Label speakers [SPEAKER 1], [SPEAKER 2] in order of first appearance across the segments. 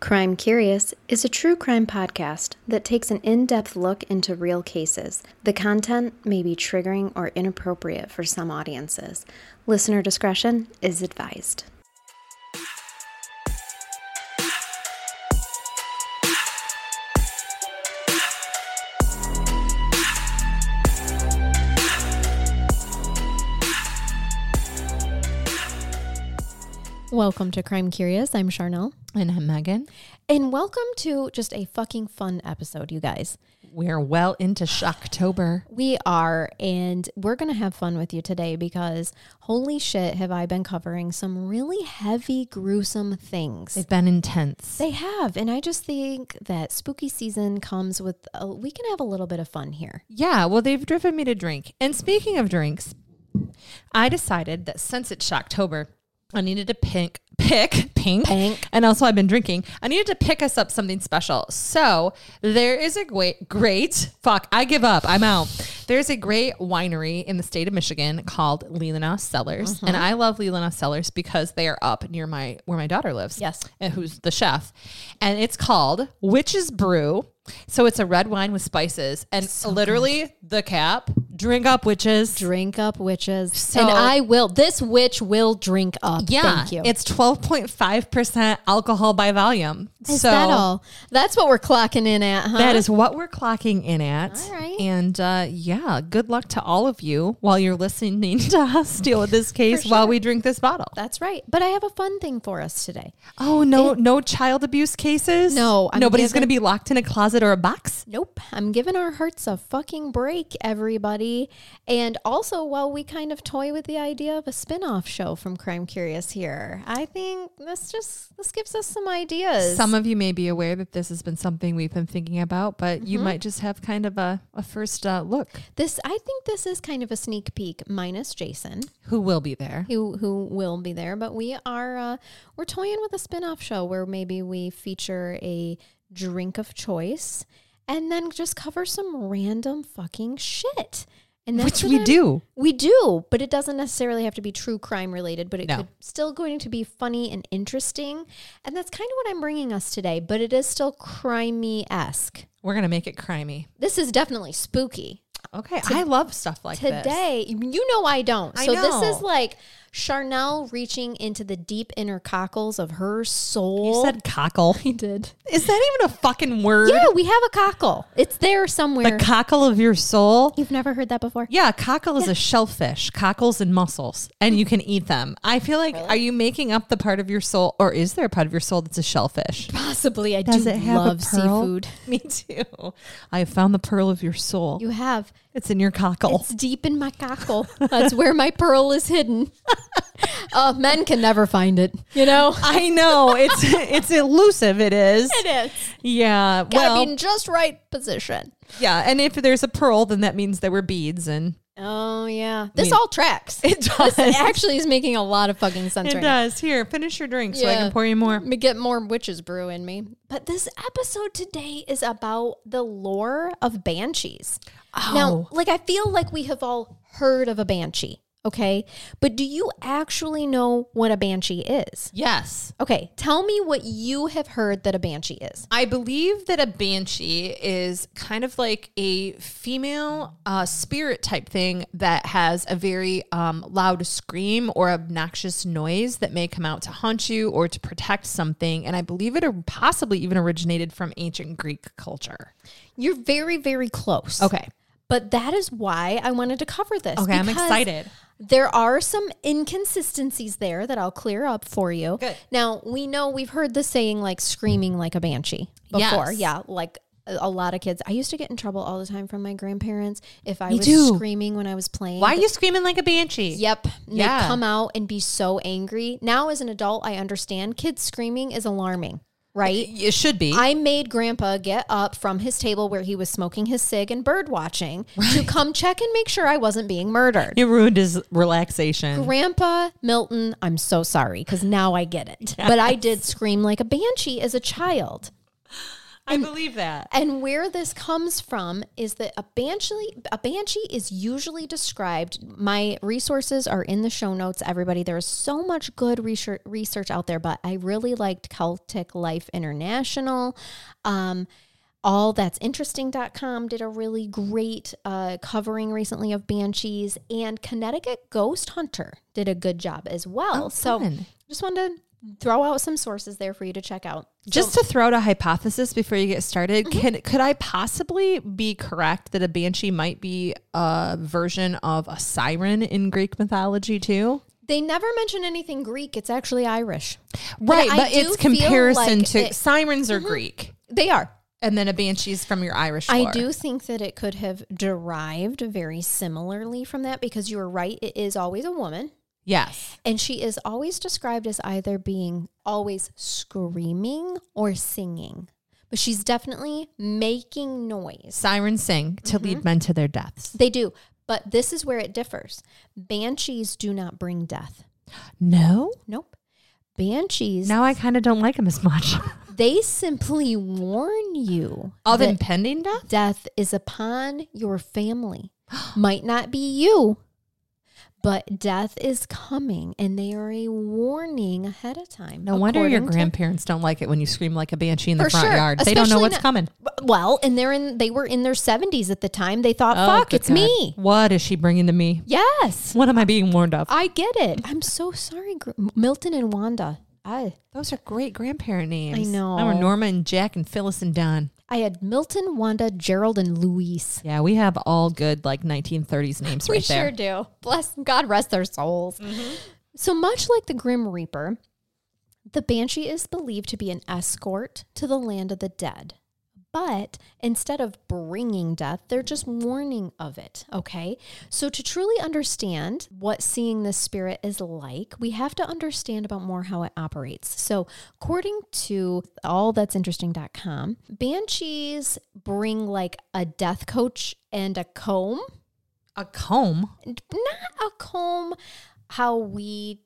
[SPEAKER 1] Crime Curious is a true crime podcast that takes an in depth look into real cases. The content may be triggering or inappropriate for some audiences. Listener discretion is advised. Welcome to Crime Curious. I'm Charnel.
[SPEAKER 2] And I'm Megan.
[SPEAKER 1] And welcome to just a fucking fun episode, you guys.
[SPEAKER 2] We're well into Shocktober.
[SPEAKER 1] We are, and we're going to have fun with you today because holy shit, have I been covering some really heavy, gruesome things.
[SPEAKER 2] They've been intense.
[SPEAKER 1] They have. And I just think that spooky season comes with, a, we can have a little bit of fun here.
[SPEAKER 2] Yeah, well, they've driven me to drink. And speaking of drinks, I decided that since it's Shocktober, I needed to pick, pick, pink,
[SPEAKER 1] Pink.
[SPEAKER 2] and also I've been drinking. I needed to pick us up something special. So there is a great, great, fuck, I give up, I'm out. There's a great winery in the state of Michigan called Leelanau Cellars, and
[SPEAKER 1] Mm-hmm.
[SPEAKER 2] I love Leelanau Cellars because they are up near my where my daughter lives.
[SPEAKER 1] Yes.
[SPEAKER 2] and who's the chef, and it's called Witch's Brew. So it's a red wine with spices, and literally the cap. Drink up, witches.
[SPEAKER 1] Drink up, witches.
[SPEAKER 2] So-
[SPEAKER 1] and I will, this witch will drink up.
[SPEAKER 2] Yeah,
[SPEAKER 1] Thank you.
[SPEAKER 2] it's twelve point five percent alcohol by volume.
[SPEAKER 1] is
[SPEAKER 2] so
[SPEAKER 1] that all? That's what we're clocking in at, huh?
[SPEAKER 2] that is what we're clocking in at.
[SPEAKER 1] All right.
[SPEAKER 2] And uh, yeah, good luck to all of you while you're listening to us deal with this case while we drink this bottle.
[SPEAKER 1] That's right. But I have a fun thing for us today.
[SPEAKER 2] Oh no, no child abuse cases.
[SPEAKER 1] No, I'm
[SPEAKER 2] nobody's
[SPEAKER 1] giving-
[SPEAKER 2] going to be locked in a closet or a box.
[SPEAKER 1] Nope. I'm giving our hearts a fucking break, everybody. And also, while we kind of toy with the idea of a spin-off show from Crime Curious here, I think this just this gives us some ideas.
[SPEAKER 2] Some of you may be aware that this has been something we've been thinking about, but
[SPEAKER 1] Mm-hmm.
[SPEAKER 2] you might just have kind of a, a first uh, look.
[SPEAKER 1] this I think this is kind of a sneak peek minus Jason,
[SPEAKER 2] Who will be there?
[SPEAKER 1] who who will be there, but we are uh, we're toying with a spin-off show where maybe we feature a drink of choice and then just cover some random fucking shit. And that's
[SPEAKER 2] Which
[SPEAKER 1] what
[SPEAKER 2] we
[SPEAKER 1] I'm-
[SPEAKER 2] do.
[SPEAKER 1] We do, but it doesn't necessarily have to be true crime related, but it
[SPEAKER 2] No.
[SPEAKER 1] could still going to be funny and interesting. And that's kind of what I'm bringing us today, but it is still crimey-esque.
[SPEAKER 2] We're going to make it crimey.
[SPEAKER 1] This is definitely spooky.
[SPEAKER 2] Okay, I love stuff like this.
[SPEAKER 1] Today, you know I don't.
[SPEAKER 2] I
[SPEAKER 1] So this is
[SPEAKER 2] know.
[SPEAKER 1] like Charnel reaching into the deep inner cockles of her soul.
[SPEAKER 2] You said cockle.
[SPEAKER 1] I did.
[SPEAKER 2] Is that even a fucking word?
[SPEAKER 1] Yeah, we have a cockle. It's there somewhere.
[SPEAKER 2] The cockle of your soul?
[SPEAKER 1] You've never heard that before?
[SPEAKER 2] Yeah, cockle is a shellfish, cockles and mussels, and you can eat them. I feel like, are you making up the part of your soul, or is there a part of your soul that's a shellfish?
[SPEAKER 1] Possibly. I
[SPEAKER 2] Does
[SPEAKER 1] do
[SPEAKER 2] it have
[SPEAKER 1] love
[SPEAKER 2] a pearl?
[SPEAKER 1] seafood.
[SPEAKER 2] Me too. I have found the pearl of your soul.
[SPEAKER 1] You have.
[SPEAKER 2] it's in your cockle.
[SPEAKER 1] It's deep in my cockle. That's where my pearl is hidden. uh, men can never find it, you know?
[SPEAKER 2] I know it's it's elusive. It is.
[SPEAKER 1] It is.
[SPEAKER 2] Yeah.
[SPEAKER 1] Gotta
[SPEAKER 2] Well.
[SPEAKER 1] be in just right position.
[SPEAKER 2] yeah. And if there's a pearl, then that means there were beads, and
[SPEAKER 1] Oh, yeah. This
[SPEAKER 2] mean-
[SPEAKER 1] all tracks.
[SPEAKER 2] it does.
[SPEAKER 1] It actually is making a lot of fucking sense
[SPEAKER 2] It
[SPEAKER 1] right now.
[SPEAKER 2] does. Here, finish your drink so I
[SPEAKER 1] Yeah.
[SPEAKER 2] can pour you more.
[SPEAKER 1] Me Get more witches brew in me. But this episode today is about the lore of banshees. Now,
[SPEAKER 2] Oh.
[SPEAKER 1] like, I feel like we have all heard of a banshee, okay? But do you actually know what a banshee is?
[SPEAKER 2] Yes.
[SPEAKER 1] Okay, tell me what you have heard that a banshee is.
[SPEAKER 2] I believe that a banshee is kind of like a female uh, spirit type thing that has a very um, loud scream or obnoxious noise that may come out to haunt you or to protect something. And I believe it or possibly even originated from ancient Greek culture.
[SPEAKER 1] You're very, very close.
[SPEAKER 2] Okay.
[SPEAKER 1] But that is why I wanted to cover this.
[SPEAKER 2] Okay, I'm
[SPEAKER 1] because
[SPEAKER 2] excited.
[SPEAKER 1] There are some inconsistencies there that I'll clear up for you.
[SPEAKER 2] Good.
[SPEAKER 1] Now, we know we've heard the saying like screaming like a banshee before.
[SPEAKER 2] Yes.
[SPEAKER 1] Yeah, like a a lot of kids. I used to get in trouble all the time from my grandparents if I was
[SPEAKER 2] too.
[SPEAKER 1] screaming when I was playing.
[SPEAKER 2] Why are you screaming like a banshee?
[SPEAKER 1] Yep. And They
[SPEAKER 2] Yeah.
[SPEAKER 1] come out and be so angry. Now, as an adult, I understand kids screaming is alarming, right?
[SPEAKER 2] It should be.
[SPEAKER 1] I made grandpa get up from his table where he was smoking his cig and bird watching to come check and make sure I wasn't being murdered.
[SPEAKER 2] you ruined his relaxation.
[SPEAKER 1] Grandpa Milton, I'm so sorry because now I get it. But I did scream like a banshee as a child.
[SPEAKER 2] I believe that.
[SPEAKER 1] And where this comes from is that a banshee a banshee is usually described. My resources are in the show notes. Everybody, there is so much good research research out there, but I really liked Celtic Life International. Um, all that's interesting.com did a really great uh, covering recently of banshees and connecticut ghost hunter did a good job as well
[SPEAKER 2] Oh,
[SPEAKER 1] so
[SPEAKER 2] fun.
[SPEAKER 1] just wanted to throw out some sources there for you to check out
[SPEAKER 2] Just to throw out a hypothesis before you get started,
[SPEAKER 1] Mm-hmm.
[SPEAKER 2] can could I possibly be correct that a banshee might be a version of a siren in Greek mythology too?
[SPEAKER 1] They never mention anything Greek. It's actually Irish.
[SPEAKER 2] Right,
[SPEAKER 1] I
[SPEAKER 2] but
[SPEAKER 1] do
[SPEAKER 2] it's
[SPEAKER 1] feel
[SPEAKER 2] comparison
[SPEAKER 1] like
[SPEAKER 2] to
[SPEAKER 1] it-
[SPEAKER 2] sirens are Greek,
[SPEAKER 1] They are.
[SPEAKER 2] and then a banshee's from your Irish.
[SPEAKER 1] I
[SPEAKER 2] lore.
[SPEAKER 1] do think that it could have derived very similarly from that because you are right. It is always a woman.
[SPEAKER 2] Yes,
[SPEAKER 1] And she is always described as either being always screaming or singing. But she's definitely making noise.
[SPEAKER 2] sirens sing
[SPEAKER 1] Mm-hmm.
[SPEAKER 2] to lead men to their deaths.
[SPEAKER 1] They do. But this is where it differs. Banshees do not bring death.
[SPEAKER 2] No,
[SPEAKER 1] Nope. Banshees,
[SPEAKER 2] now I kind of don't like them as much.
[SPEAKER 1] they simply warn you
[SPEAKER 2] Of impending death.
[SPEAKER 1] death is upon your family. Might not be you, but death is coming, and they are a warning ahead of time.
[SPEAKER 2] No wonder your
[SPEAKER 1] according to-
[SPEAKER 2] grandparents don't like it when you scream like a banshee in the
[SPEAKER 1] For
[SPEAKER 2] front
[SPEAKER 1] sure,
[SPEAKER 2] yard. They don't know
[SPEAKER 1] especially
[SPEAKER 2] what's
[SPEAKER 1] not-
[SPEAKER 2] coming.
[SPEAKER 1] Well, and they're in. They were in their seventies at the time. They thought,
[SPEAKER 2] Oh,
[SPEAKER 1] "Fuck,
[SPEAKER 2] good
[SPEAKER 1] it's
[SPEAKER 2] God.
[SPEAKER 1] me."
[SPEAKER 2] What is she bringing to me?
[SPEAKER 1] Yes,
[SPEAKER 2] What am I being warned of?
[SPEAKER 1] I get it. I'm so sorry, Gr- Milton and Wanda. I
[SPEAKER 2] Those are great grandparent names.
[SPEAKER 1] know.
[SPEAKER 2] I were Norma and Jack and Phyllis and Don.
[SPEAKER 1] I had Milton, Wanda, Gerald, and Luis.
[SPEAKER 2] Yeah, we have all good like 1930s names right
[SPEAKER 1] we
[SPEAKER 2] there. Mm-hmm.
[SPEAKER 1] sure do. Bless God, rest their souls. So much like the Grim Reaper, the Banshee is believed to be an escort to the land of the dead. But instead of bringing death, they're just warning of it. Okay. So, to truly understand what seeing this spirit is like, we have to understand about more how it operates. So, according to allthat'sinteresting.com, banshees bring like a death coach and a comb
[SPEAKER 2] A comb.
[SPEAKER 1] not a comb how we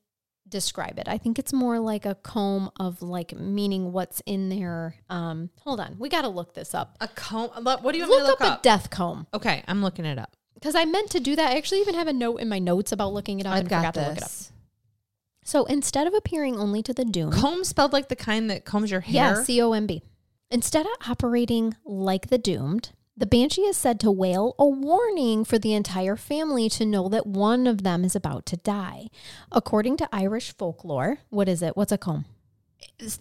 [SPEAKER 1] describe it. I think it's more like a comb of like meaning what's in there. Um, hold on, we got to look this up.
[SPEAKER 2] A comb.
[SPEAKER 1] uh,
[SPEAKER 2] What do you
[SPEAKER 1] Look, up, a death comb
[SPEAKER 2] okay, I'm looking it up.
[SPEAKER 1] because I meant to do that. I actually even have a note in my notes about looking it up
[SPEAKER 2] I've
[SPEAKER 1] and
[SPEAKER 2] got
[SPEAKER 1] forgot to look it up.
[SPEAKER 2] this.
[SPEAKER 1] So instead of appearing only to the dune,
[SPEAKER 2] Comb spelled like the kind that combs your hair.
[SPEAKER 1] yeah, C O M B. Instead of operating like the doomed, the banshee is said to wail a warning for the entire family to know that one of them is about to die. According to Irish folklore, what is it? What's a comb?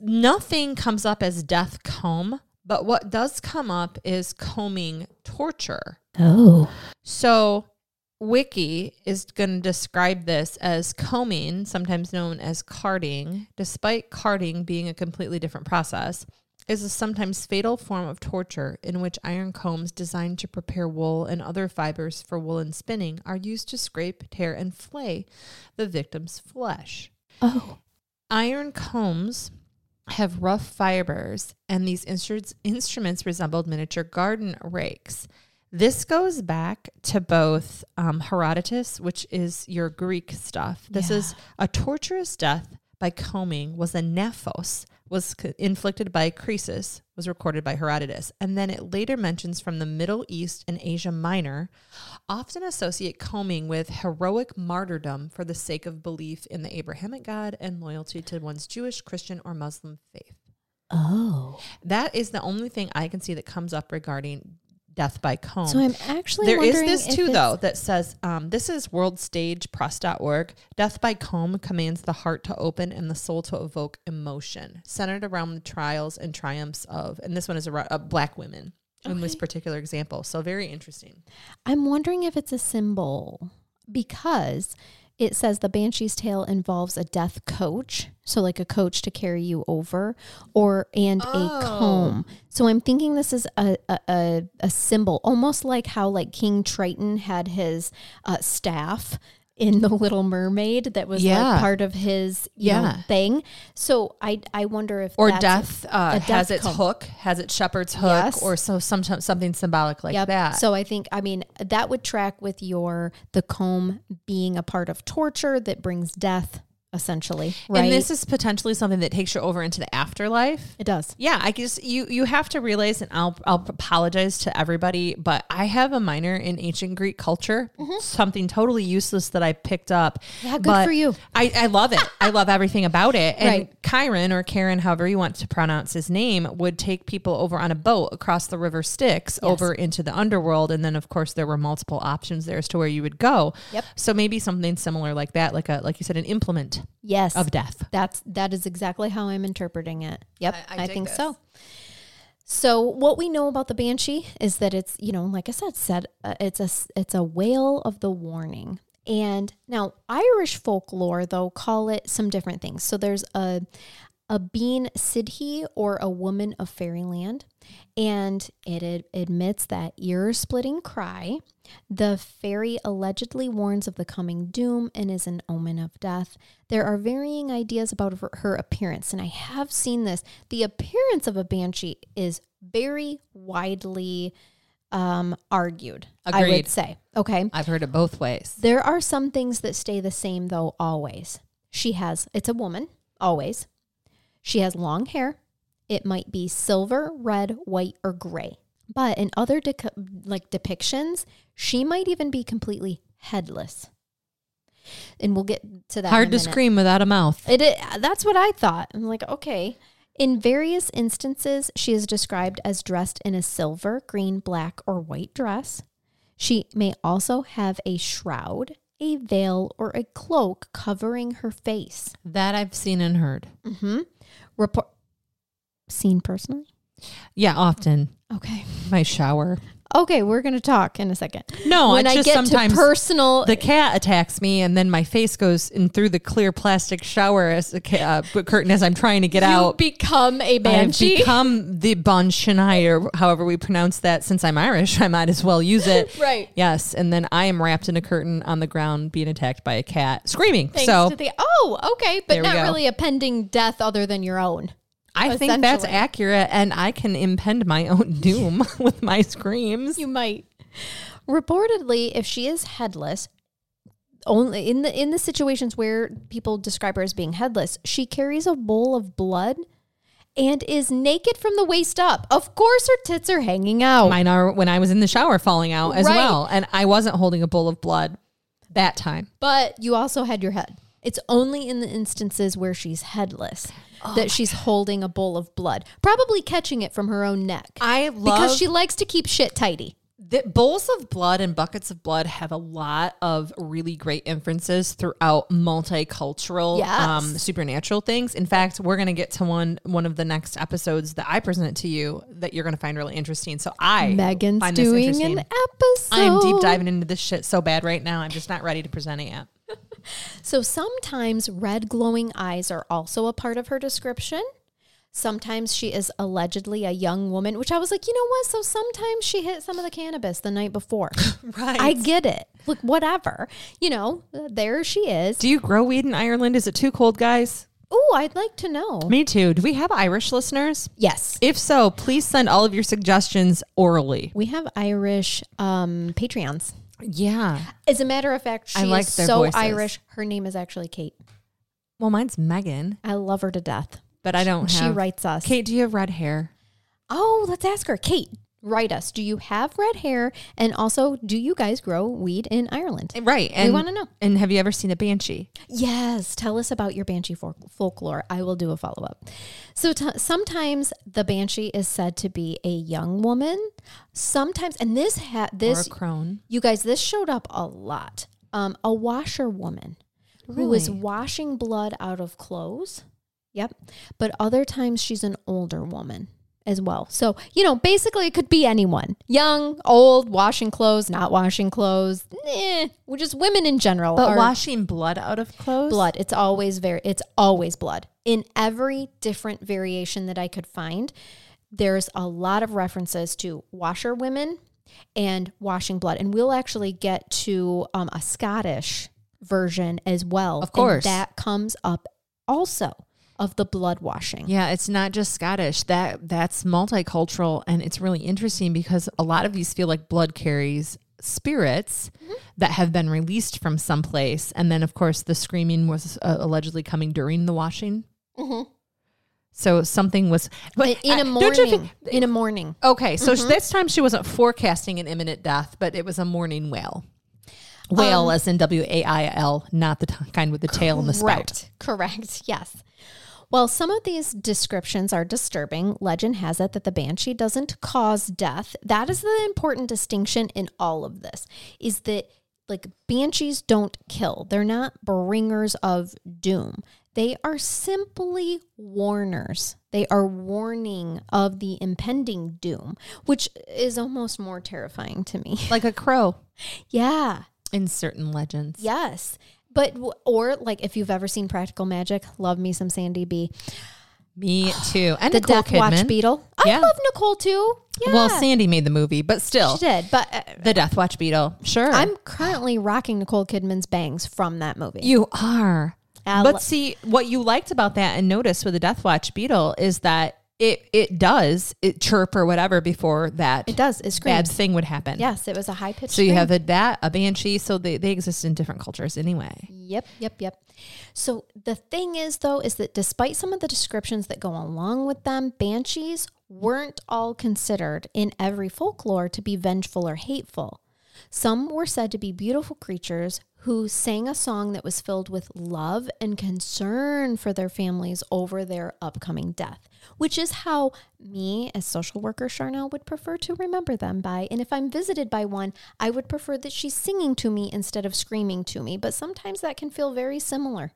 [SPEAKER 2] nothing comes up as death comb, but what does come up is combing torture.
[SPEAKER 1] Oh.
[SPEAKER 2] So, Wiki is going to describe this as combing, sometimes known as carding, despite carding being a completely different process, is a sometimes fatal form of torture in which iron combs designed to prepare wool and other fibers for woolen spinning are used to scrape, tear, and flay the victim's flesh.
[SPEAKER 1] Oh.
[SPEAKER 2] Iron combs have rough fibers, and these instru- instruments resembled miniature garden rakes. This goes back to both um, Herodotus, which is your Greek stuff. This is a torturous death by combing was a naphos, was c- inflicted by Croesus, was recorded by Herodotus. And then it later mentions from the Middle East and Asia Minor often associate combing with heroic martyrdom for the sake of belief in the Abrahamic God and loyalty to one's Jewish, Christian, or Muslim faith.
[SPEAKER 1] Oh.
[SPEAKER 2] That is the only thing I can see that comes up regarding death by comb.
[SPEAKER 1] So I'm actually
[SPEAKER 2] There is
[SPEAKER 1] wondering
[SPEAKER 2] this
[SPEAKER 1] if
[SPEAKER 2] too,
[SPEAKER 1] it's-
[SPEAKER 2] though, that says um, this is worldstagepress.org. Death by comb commands the heart to open and the soul to evoke emotion, centered around the trials and triumphs of, and this one is a, uh, black women in this particular example. So very interesting.
[SPEAKER 1] I'm wondering if it's a symbol because it says the banshee's tale involves a death coach, so like a coach to carry you over, or and
[SPEAKER 2] Oh.
[SPEAKER 1] a comb. So I'm thinking this is a a, a a symbol, almost like how like King Triton had his uh, staff in the Little Mermaid that was
[SPEAKER 2] Yeah.
[SPEAKER 1] like part of his you know,
[SPEAKER 2] Yeah.
[SPEAKER 1] thing. So I I wonder if
[SPEAKER 2] Or
[SPEAKER 1] that's-
[SPEAKER 2] death, uh,
[SPEAKER 1] a
[SPEAKER 2] has
[SPEAKER 1] death
[SPEAKER 2] its
[SPEAKER 1] comb.
[SPEAKER 2] hook, has its shepherd's hook,
[SPEAKER 1] Yes.
[SPEAKER 2] or so sometimes something symbolic like
[SPEAKER 1] Yep.
[SPEAKER 2] that.
[SPEAKER 1] So I think I mean that would track with your the comb being a part of torture that brings death. essentially. Right.
[SPEAKER 2] And this is potentially something that takes you over into the afterlife.
[SPEAKER 1] it does.
[SPEAKER 2] Yeah, I guess you you have to realize, and I'll I'll apologize to everybody, but I have a minor in ancient Greek culture, something totally useless that I picked up.
[SPEAKER 1] Mm-hmm. Yeah, good
[SPEAKER 2] But
[SPEAKER 1] for you.
[SPEAKER 2] I, I love it. I love everything about it. And
[SPEAKER 1] Right.
[SPEAKER 2] Chiron or Karen, however you want to pronounce his name, would take people over on a boat across the river Styx over into the underworld, and then of course there were multiple options there as to where you would go.
[SPEAKER 1] Yep.
[SPEAKER 2] So maybe something similar like that, like a like you said, an implement
[SPEAKER 1] Yes.
[SPEAKER 2] of death.
[SPEAKER 1] That's that is exactly how I'm interpreting it. Yep,
[SPEAKER 2] I- I
[SPEAKER 1] I,
[SPEAKER 2] dig
[SPEAKER 1] think
[SPEAKER 2] this.
[SPEAKER 1] so. So what we know about the banshee is that it's you know like I said said uh, it's a s- it's a wail of the warning. And now Irish folklore though call it some different things. So there's a a bean sidhe or a woman of fairyland and it ad- admits that ear-splitting cry the fairy allegedly warns of the coming doom and is an omen of death. There are varying ideas about her- her appearance, and I have seen this. The appearance of a banshee is very widely um, argued, I
[SPEAKER 2] Agreed.
[SPEAKER 1] would say. Okay.
[SPEAKER 2] I've heard it both ways.
[SPEAKER 1] There are some things that stay the same, though, always. She has, it's a woman, always. She has long hair. It might be silver, red, white, or gray. But in other dec like depictions, she might even be completely headless. And we'll get to that. in
[SPEAKER 2] Hard
[SPEAKER 1] a
[SPEAKER 2] to
[SPEAKER 1] minute.
[SPEAKER 2] scream without a mouth.
[SPEAKER 1] It, i- that's what I thought. I'm like, okay. In various instances, she is described as dressed in a silver, green, black, or white dress. She may also have a shroud, a veil, or a cloak covering her face.
[SPEAKER 2] That I've seen and heard.
[SPEAKER 1] Mm-hmm. Report seen personally.
[SPEAKER 2] Yeah, often
[SPEAKER 1] Okay.
[SPEAKER 2] my shower.
[SPEAKER 1] Okay, we're gonna talk in a second.
[SPEAKER 2] No,
[SPEAKER 1] when
[SPEAKER 2] it's
[SPEAKER 1] I
[SPEAKER 2] just
[SPEAKER 1] get
[SPEAKER 2] sometimes
[SPEAKER 1] to personal,
[SPEAKER 2] the cat attacks me, and then my face goes in through the clear plastic shower as a ca- uh, curtain as I'm trying to get
[SPEAKER 1] you
[SPEAKER 2] out.
[SPEAKER 1] become a
[SPEAKER 2] I've
[SPEAKER 1] banshee.
[SPEAKER 2] become the Banshanai, or however we pronounce that. Since I'm Irish, I might as well use it.
[SPEAKER 1] Right.
[SPEAKER 2] Yes, and then I am wrapped in a curtain on the ground, being attacked by a cat, screaming.
[SPEAKER 1] Thanks
[SPEAKER 2] so
[SPEAKER 1] to the oh, okay, but
[SPEAKER 2] There we
[SPEAKER 1] not
[SPEAKER 2] go.
[SPEAKER 1] really a pending death other than your own.
[SPEAKER 2] I think that's
[SPEAKER 1] essentially.
[SPEAKER 2] accurate, and I can impend my own doom with my screams.
[SPEAKER 1] You might. Reportedly, if she is headless, only in the in the situations where people describe her as being headless, she carries a bowl of blood and is naked from the waist up. Of course her tits are hanging out.
[SPEAKER 2] Mine are when I was in the shower falling out as
[SPEAKER 1] Right.
[SPEAKER 2] well, and I wasn't holding a bowl of blood that time.
[SPEAKER 1] but you also had your head. It's only in the instances where she's headless that she's holding a bowl of blood, probably catching it from her own neck.
[SPEAKER 2] I
[SPEAKER 1] because she likes to keep shit tidy.
[SPEAKER 2] The bowls of blood and buckets of blood have a lot of really great inferences throughout multicultural
[SPEAKER 1] Yes.
[SPEAKER 2] um, supernatural things. In fact, we're going to get to one one of the next episodes that I present to you that you're going to find really interesting. So I
[SPEAKER 1] Megan's
[SPEAKER 2] find this
[SPEAKER 1] doing
[SPEAKER 2] interesting.
[SPEAKER 1] an episode.
[SPEAKER 2] I am deep diving into this shit so bad right now. I'm just not ready to present it yet.
[SPEAKER 1] So sometimes red glowing eyes are also a part of her description. Sometimes she is allegedly a young woman, which I was like, you know what? So sometimes she hit some of the cannabis the night before.
[SPEAKER 2] Right.
[SPEAKER 1] I get it. Look, whatever. You know, there she is.
[SPEAKER 2] Do you grow weed in Ireland? Is it too cold, guys?
[SPEAKER 1] Oh, I'd like to know.
[SPEAKER 2] Me too. Do we have Irish listeners?
[SPEAKER 1] Yes.
[SPEAKER 2] If so, please send all of your suggestions orally.
[SPEAKER 1] We have Irish um, Patreons.
[SPEAKER 2] Yeah.
[SPEAKER 1] As a matter of fact, she
[SPEAKER 2] I like
[SPEAKER 1] is
[SPEAKER 2] their
[SPEAKER 1] so
[SPEAKER 2] voices.
[SPEAKER 1] Irish. Her name is actually Kate.
[SPEAKER 2] Well, mine's Megan.
[SPEAKER 1] I love her to death.
[SPEAKER 2] but I don't
[SPEAKER 1] She
[SPEAKER 2] have.
[SPEAKER 1] writes us.
[SPEAKER 2] Kate, do you have red hair?
[SPEAKER 1] Oh, let's ask her. Kate, write us. Do you have red hair? And also, do you guys grow weed in Ireland?
[SPEAKER 2] Right, and
[SPEAKER 1] wanna know.
[SPEAKER 2] And have you ever seen a banshee?
[SPEAKER 1] Yes. Tell us about your banshee folk- folklore. I will do a follow up. So t- sometimes the banshee is said to be a young woman. Sometimes, and this ha- this
[SPEAKER 2] or a crone?
[SPEAKER 1] you guys, this showed up a lot. Um, a washerwoman who is
[SPEAKER 2] Really?
[SPEAKER 1] washing blood out of clothes. Yep. But other times she's an older woman as well. So, you know, basically it could be anyone young, old, washing clothes, not washing clothes. Eh, we're just women in general.
[SPEAKER 2] But
[SPEAKER 1] are
[SPEAKER 2] washing blood out of clothes.
[SPEAKER 1] blood. It's always very, it's always blood. In every different variation that I could find, there's a lot of references to washer women and washing blood. And we'll actually get to um, a Scottish version as well.
[SPEAKER 2] Of
[SPEAKER 1] And
[SPEAKER 2] course.
[SPEAKER 1] that comes up also of the blood washing.
[SPEAKER 2] Yeah, it's not just Scottish. That that's multicultural, and it's really interesting because a lot of these feel like blood carries spirits that have been released from someplace. And then, of course, the screaming was uh, allegedly coming during the washing. So something was. But
[SPEAKER 1] in
[SPEAKER 2] I-
[SPEAKER 1] a
[SPEAKER 2] don't you
[SPEAKER 1] morning.
[SPEAKER 2] think-
[SPEAKER 1] in a morning.
[SPEAKER 2] okay, so this time she wasn't forecasting an imminent death, but it was a morning whale. Whale, as in W A I L, not the t- kind with the tail and the spout.
[SPEAKER 1] Correct. Correct. Yes. Well, some of these descriptions are disturbing. Legend has it that the banshee doesn't cause death. That is the important distinction in all of this is that like banshees don't kill. They're not bringers of doom. They are simply warners. They are warning of the impending doom, which is almost more terrifying to me.
[SPEAKER 2] Like a crow
[SPEAKER 1] Yeah.
[SPEAKER 2] in certain legends.
[SPEAKER 1] Yes. But, w- or like if you've ever seen Practical Magic, love me some Sandy B.
[SPEAKER 2] Me too. And
[SPEAKER 1] The
[SPEAKER 2] Nicole
[SPEAKER 1] Death Watch
[SPEAKER 2] Kidman.
[SPEAKER 1] Beetle. I
[SPEAKER 2] Yeah.
[SPEAKER 1] love Nicole too. Yeah.
[SPEAKER 2] Well, Sandy made the movie, but still.
[SPEAKER 1] she did. But uh,
[SPEAKER 2] The Death Watch Beetle. Sure.
[SPEAKER 1] I'm currently rocking Nicole Kidman's bangs from that movie.
[SPEAKER 2] you are.
[SPEAKER 1] I lo-
[SPEAKER 2] but see, what you liked about that and noticed with the Death Watch Beetle is that it it does it chirp or whatever before that
[SPEAKER 1] it does. It
[SPEAKER 2] bad
[SPEAKER 1] screams.
[SPEAKER 2] thing would happen.
[SPEAKER 1] Yes, it was a high pitched
[SPEAKER 2] So you have a bat, a banshee, so they, they exist in different cultures anyway.
[SPEAKER 1] Yep, yep, yep. So the thing is, though, is that despite some of the descriptions that go along with them, banshees weren't all considered in every folklore to be vengeful or hateful. Some were said to be beautiful creatures who sang a song that was filled with love and concern for their families over their upcoming death, which is how me, as social worker Charnel, would prefer to remember them by. And if I'm visited by one, I would prefer that she's singing to me instead of screaming to me. But sometimes that can feel very similar.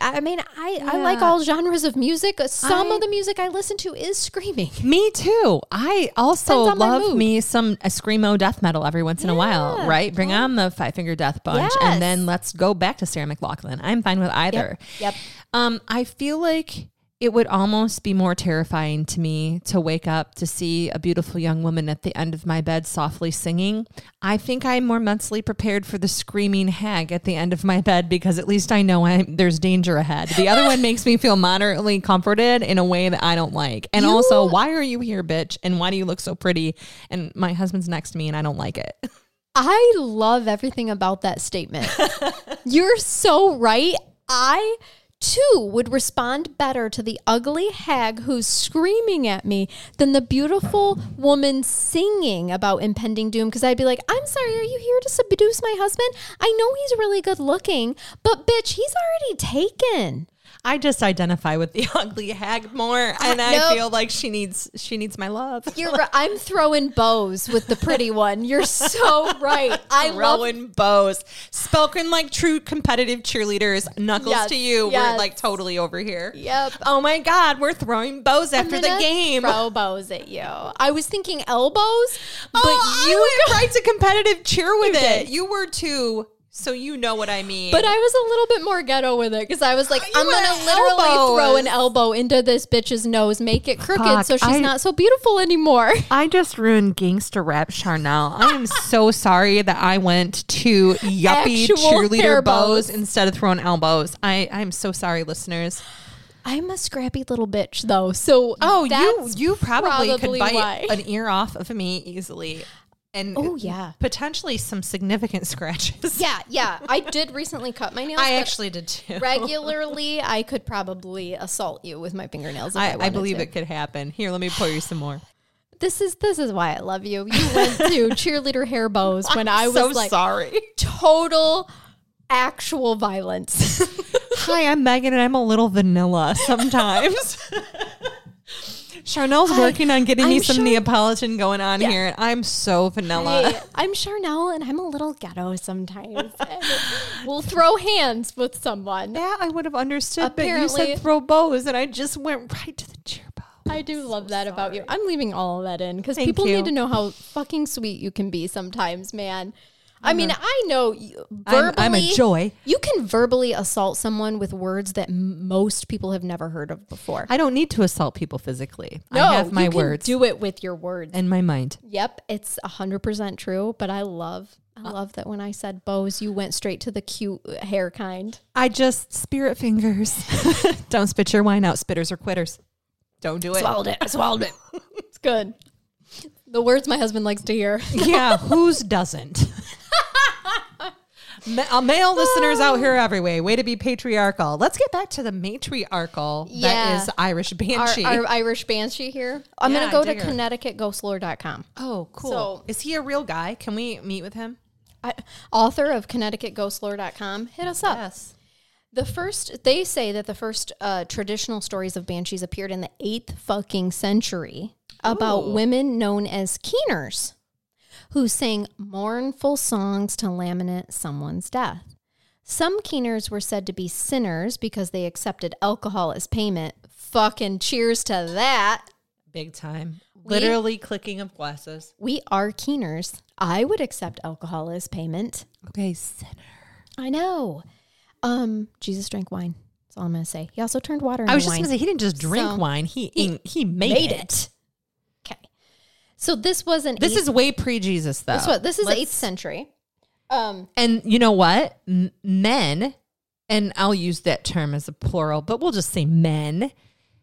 [SPEAKER 1] I I mean, I, I like
[SPEAKER 2] Yeah.
[SPEAKER 1] all genres of music. Some
[SPEAKER 2] I-
[SPEAKER 1] of the music I listen to is screaming.
[SPEAKER 2] Me too. I also
[SPEAKER 1] Depends on my
[SPEAKER 2] love
[SPEAKER 1] mood.
[SPEAKER 2] me some Escrimo death metal every once in a while,
[SPEAKER 1] Yeah. Oh.
[SPEAKER 2] right? Bring on the Five Finger Death Punch
[SPEAKER 1] Yes.
[SPEAKER 2] and then let's go back to Sarah McLaughlin. I'm fine with either.
[SPEAKER 1] Yep.
[SPEAKER 2] Um, I feel like it would almost be more terrifying to me to wake up to see a beautiful young woman at the end of my bed softly singing. I think I'm more mentally prepared for the screaming hag at the end of my bed because at least I know I'm, there's danger ahead. The other one makes me feel moderately comforted in a way that I don't like. And also, why are you here, bitch? And why do you look so pretty? And my husband's next to me and I don't like it.
[SPEAKER 1] I love everything about that statement. You're so right. I too would respond better to the ugly hag who's screaming at me than the beautiful woman singing about impending doom because I'd be like, "I'm sorry, are you here to seduce my husband? I know he's really good looking, but bitch, he's already taken."
[SPEAKER 2] I just identify with the ugly hag more and I
[SPEAKER 1] Nope.
[SPEAKER 2] feel like she needs she needs my love.
[SPEAKER 1] You're right. I'm throwing bows with the pretty one. You're so right. I love
[SPEAKER 2] Rowan bows, spoken like true competitive cheerleaders. Knuckles
[SPEAKER 1] Yes,
[SPEAKER 2] to you.
[SPEAKER 1] yes.
[SPEAKER 2] We're like totally over here.
[SPEAKER 1] Yep.
[SPEAKER 2] Oh my God, we're throwing bows after the
[SPEAKER 1] gonna
[SPEAKER 2] game.
[SPEAKER 1] Throw bows at you. I was thinking elbows,
[SPEAKER 2] but
[SPEAKER 1] but
[SPEAKER 2] you
[SPEAKER 1] you.
[SPEAKER 2] went right to competitive cheer with it.
[SPEAKER 1] did.
[SPEAKER 2] You were too, so you know what I mean.
[SPEAKER 1] But I was a little bit more ghetto with it because I was like,
[SPEAKER 2] You
[SPEAKER 1] I'm
[SPEAKER 2] were
[SPEAKER 1] gonna literally
[SPEAKER 2] elbows.
[SPEAKER 1] throw an elbow into this bitch's nose, make it crooked,
[SPEAKER 2] Fuck,
[SPEAKER 1] so she's
[SPEAKER 2] I-
[SPEAKER 1] not so beautiful anymore.
[SPEAKER 2] I just ruined gangster rap, Charnel. I am so sorry that I went to yuppie
[SPEAKER 1] Actual hair
[SPEAKER 2] cheerleader
[SPEAKER 1] bows.
[SPEAKER 2] bows instead of throwing elbows. I I'm so sorry, listeners.
[SPEAKER 1] I'm a scrappy little bitch though, so
[SPEAKER 2] Oh,
[SPEAKER 1] that's
[SPEAKER 2] you you probably,
[SPEAKER 1] probably
[SPEAKER 2] could bite
[SPEAKER 1] why.
[SPEAKER 2] an ear off of me easily, and
[SPEAKER 1] Oh, yeah.
[SPEAKER 2] potentially some significant scratches.
[SPEAKER 1] yeah, yeah. I did recently cut my nails.
[SPEAKER 2] I
[SPEAKER 1] but
[SPEAKER 2] actually did too.
[SPEAKER 1] regularly I could probably assault you with my fingernails. If I,
[SPEAKER 2] I, I
[SPEAKER 1] wanted
[SPEAKER 2] believe
[SPEAKER 1] to.
[SPEAKER 2] it could happen. Here, let me pour you some more.
[SPEAKER 1] This is this is why I love you. You went to cheerleader hair bows when I was
[SPEAKER 2] so
[SPEAKER 1] like
[SPEAKER 2] sorry.
[SPEAKER 1] total actual violence.
[SPEAKER 2] Hi, I'm Megan, and I'm a little vanilla sometimes. Charnel's working on getting me
[SPEAKER 1] I'm
[SPEAKER 2] some
[SPEAKER 1] sure-
[SPEAKER 2] Neapolitan going on here, and I'm so vanilla.
[SPEAKER 1] Hey, I'm Charnel and I'm a little ghetto sometimes. And we'll throw hands with someone.
[SPEAKER 2] That I would have understood, but you
[SPEAKER 1] Apparently-
[SPEAKER 2] said throw bows, and I just went right to the cheer bow.
[SPEAKER 1] I do love that about you. I'm leaving all of that in because
[SPEAKER 2] Thank
[SPEAKER 1] people
[SPEAKER 2] you.
[SPEAKER 1] need to know how fucking sweet you can be sometimes, man. I mean, I know you-
[SPEAKER 2] Mm-hmm. I'm-
[SPEAKER 1] verbally.
[SPEAKER 2] I'm a joy.
[SPEAKER 1] You can verbally assault someone with words that m- most people have never heard of before.
[SPEAKER 2] I don't need to assault people physically.
[SPEAKER 1] no,
[SPEAKER 2] I have my
[SPEAKER 1] you can
[SPEAKER 2] words
[SPEAKER 1] Do it with your words.
[SPEAKER 2] and my mind.
[SPEAKER 1] Yep, it's hundred percent true. But I love, I
[SPEAKER 2] Uh.
[SPEAKER 1] love that when I said bows, you went straight to the cute hair kind.
[SPEAKER 2] I just spirit fingers. don't spit your wine out. Spitters or quitters. Don't do it.
[SPEAKER 1] Swallowed it. I swallowed it. it's good. The words my husband likes to hear.
[SPEAKER 2] yeah, whose doesn't? Ma- uh, male listeners out here every way. Way to be patriarchal. Let's get back to the matriarchal
[SPEAKER 1] Yeah.
[SPEAKER 2] that is Irish
[SPEAKER 1] Our,
[SPEAKER 2] Banshee.
[SPEAKER 1] our Irish banshee here. I'm
[SPEAKER 2] Yeah,
[SPEAKER 1] going to go to
[SPEAKER 2] digger.
[SPEAKER 1] ConnecticutGhostLore.com.
[SPEAKER 2] oh, cool.
[SPEAKER 1] So-
[SPEAKER 2] is he a real guy? Can we meet with him?
[SPEAKER 1] I, author of ConnecticutGhostLore.com. Hit us up.
[SPEAKER 2] Yes.
[SPEAKER 1] The first, they say that the first uh, traditional stories of banshees appeared in the eighth fucking century about women known as keeners who sang mournful songs to lament someone's death. Some keeners were said to be sinners because they accepted alcohol as payment. Fucking cheers to that.
[SPEAKER 2] Big time. Literally clicking of glasses.
[SPEAKER 1] We are keeners. I would accept alcohol as payment.
[SPEAKER 2] Okay, sinner.
[SPEAKER 1] I know. Um, Jesus drank wine. That's all I'm gonna say. He also turned water into
[SPEAKER 2] I was just
[SPEAKER 1] wine.
[SPEAKER 2] gonna say he didn't just drink
[SPEAKER 1] So-
[SPEAKER 2] wine. He he, he made, it.
[SPEAKER 1] Okay. So this was an
[SPEAKER 2] This
[SPEAKER 1] eighth,
[SPEAKER 2] is way pre Jesus though.
[SPEAKER 1] this, was, this is
[SPEAKER 2] Let's-
[SPEAKER 1] eighth century. Um,
[SPEAKER 2] And you know what? M- men, and I'll use that term as a plural, but we'll just say men,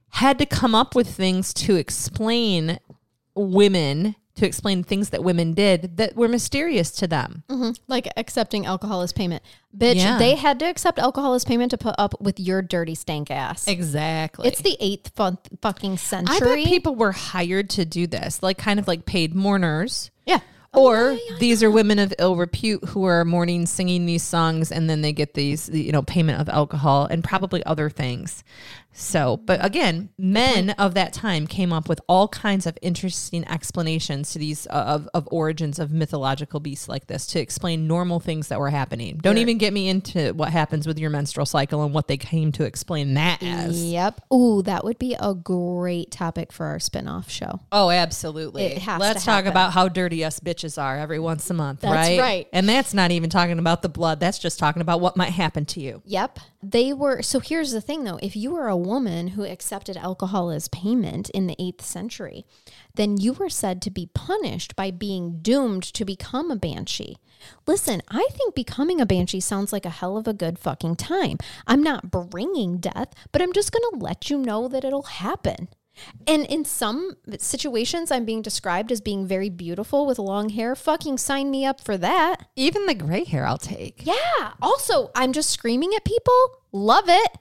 [SPEAKER 2] had to come up with things to explain women, to explain things that women did that were mysterious to them.
[SPEAKER 1] like accepting alcohol as payment, bitch.
[SPEAKER 2] Yeah.
[SPEAKER 1] They had to accept alcohol as payment to put up with your dirty stank ass.
[SPEAKER 2] Exactly.
[SPEAKER 1] It's the eighth fun- fucking
[SPEAKER 2] I
[SPEAKER 1] century.
[SPEAKER 2] bet people were hired to do this, like kind of like paid mourners.
[SPEAKER 1] Oh, yeah.
[SPEAKER 2] Or these are women of ill repute who are mourning, singing these songs, and then they get these, you know, payment of alcohol and probably other things. So, but again, men of that time came up with all kinds of interesting explanations to these uh, of, of origins of mythological beasts like this to explain normal things that were happening. Don't even get me into what happens with your menstrual cycle and what they came to explain that as.
[SPEAKER 1] Yep. Ooh, that would be a great topic for our spin-off show.
[SPEAKER 2] Oh, absolutely.
[SPEAKER 1] It has
[SPEAKER 2] Let's
[SPEAKER 1] to
[SPEAKER 2] talk
[SPEAKER 1] happen.
[SPEAKER 2] about how dirty us bitches are every once a month,
[SPEAKER 1] That's
[SPEAKER 2] right?
[SPEAKER 1] right.
[SPEAKER 2] And that's not even talking about the blood. That's just talking about what might happen to you.
[SPEAKER 1] Yep. They were. So here's the thing, though. If you were a woman who accepted alcohol as payment in the eighth century, then you were said to be punished by being doomed to become a banshee. Listen, I think becoming a banshee sounds like a hell of a good fucking time. I'm not bringing death, but I'm just going to let you know that it'll happen. And in some situations, I'm being described as being very beautiful with long hair. Fucking sign me up for that.
[SPEAKER 2] Even the gray hair I'll take.
[SPEAKER 1] Yeah. Also, I'm just screaming at people. Love it.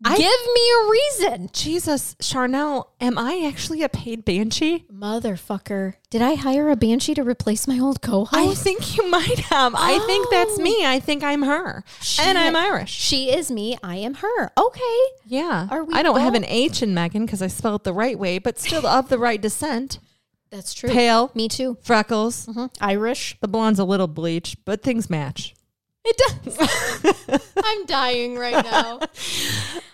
[SPEAKER 1] Give me a reason.
[SPEAKER 2] Jesus, Charnel, am I actually a paid banshee?
[SPEAKER 1] Motherfucker. Did I hire a banshee to replace my old co
[SPEAKER 2] I
[SPEAKER 1] host?
[SPEAKER 2] think you might have. I think that's me. I think I'm her. And I'm Irish.
[SPEAKER 1] She is me. I am her. Okay.
[SPEAKER 2] Yeah.
[SPEAKER 1] Are we
[SPEAKER 2] I don't have
[SPEAKER 1] both?
[SPEAKER 2] an H in Megan because I spelled it the right way, but still of the right descent.
[SPEAKER 1] That's true.
[SPEAKER 2] Pale,
[SPEAKER 1] Me too. Mm-hmm.
[SPEAKER 2] freckles,
[SPEAKER 1] Irish.
[SPEAKER 2] the blonde's a little bleached, but things match.
[SPEAKER 1] It does. I'm dying right now.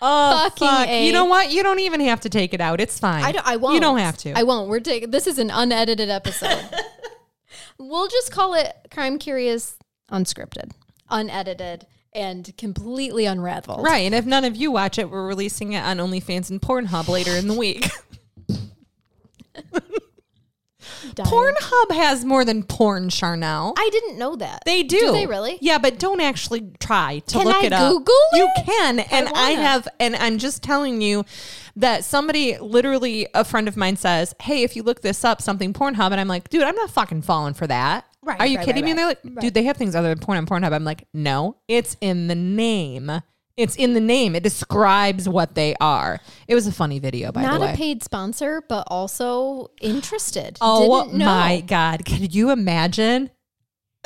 [SPEAKER 2] Oh,
[SPEAKER 1] Fucking
[SPEAKER 2] fuck.
[SPEAKER 1] A.
[SPEAKER 2] You know what? You don't even have to take it out. It's fine.
[SPEAKER 1] I, don't, I won't.
[SPEAKER 2] You don't have to.
[SPEAKER 1] I won't. We're taking this is an unedited episode. we'll just call it Crime Curious Unscripted, unedited, and completely unraveled.
[SPEAKER 2] right. And if none of you watch it, we're releasing it on OnlyFans and Pornhub later in the week.
[SPEAKER 1] Dying.
[SPEAKER 2] Pornhub has more than porn, Charnel.
[SPEAKER 1] I didn't know that.
[SPEAKER 2] they do.
[SPEAKER 1] Do they really?
[SPEAKER 2] Yeah, but don't actually try to
[SPEAKER 1] Can
[SPEAKER 2] look
[SPEAKER 1] I
[SPEAKER 2] it up.
[SPEAKER 1] Google
[SPEAKER 2] You
[SPEAKER 1] it?
[SPEAKER 2] can, and I,
[SPEAKER 1] wanna.
[SPEAKER 2] have, and I'm just telling you that somebody, literally, a friend of mine says, "Hey, if you look this up, something Pornhub," and I'm like, "Dude, I'm not fucking falling for that."
[SPEAKER 1] Right,
[SPEAKER 2] Are you
[SPEAKER 1] right,
[SPEAKER 2] kidding
[SPEAKER 1] right,
[SPEAKER 2] me? And they're like, "Dude, they have things other than porn on Pornhub." I'm like, "No, it's in the name. It's in the name. It describes what they are." It was a funny video, by
[SPEAKER 1] Not
[SPEAKER 2] the way.
[SPEAKER 1] a paid sponsor, but also interested.
[SPEAKER 2] oh
[SPEAKER 1] Didn't know.
[SPEAKER 2] my god, could you imagine?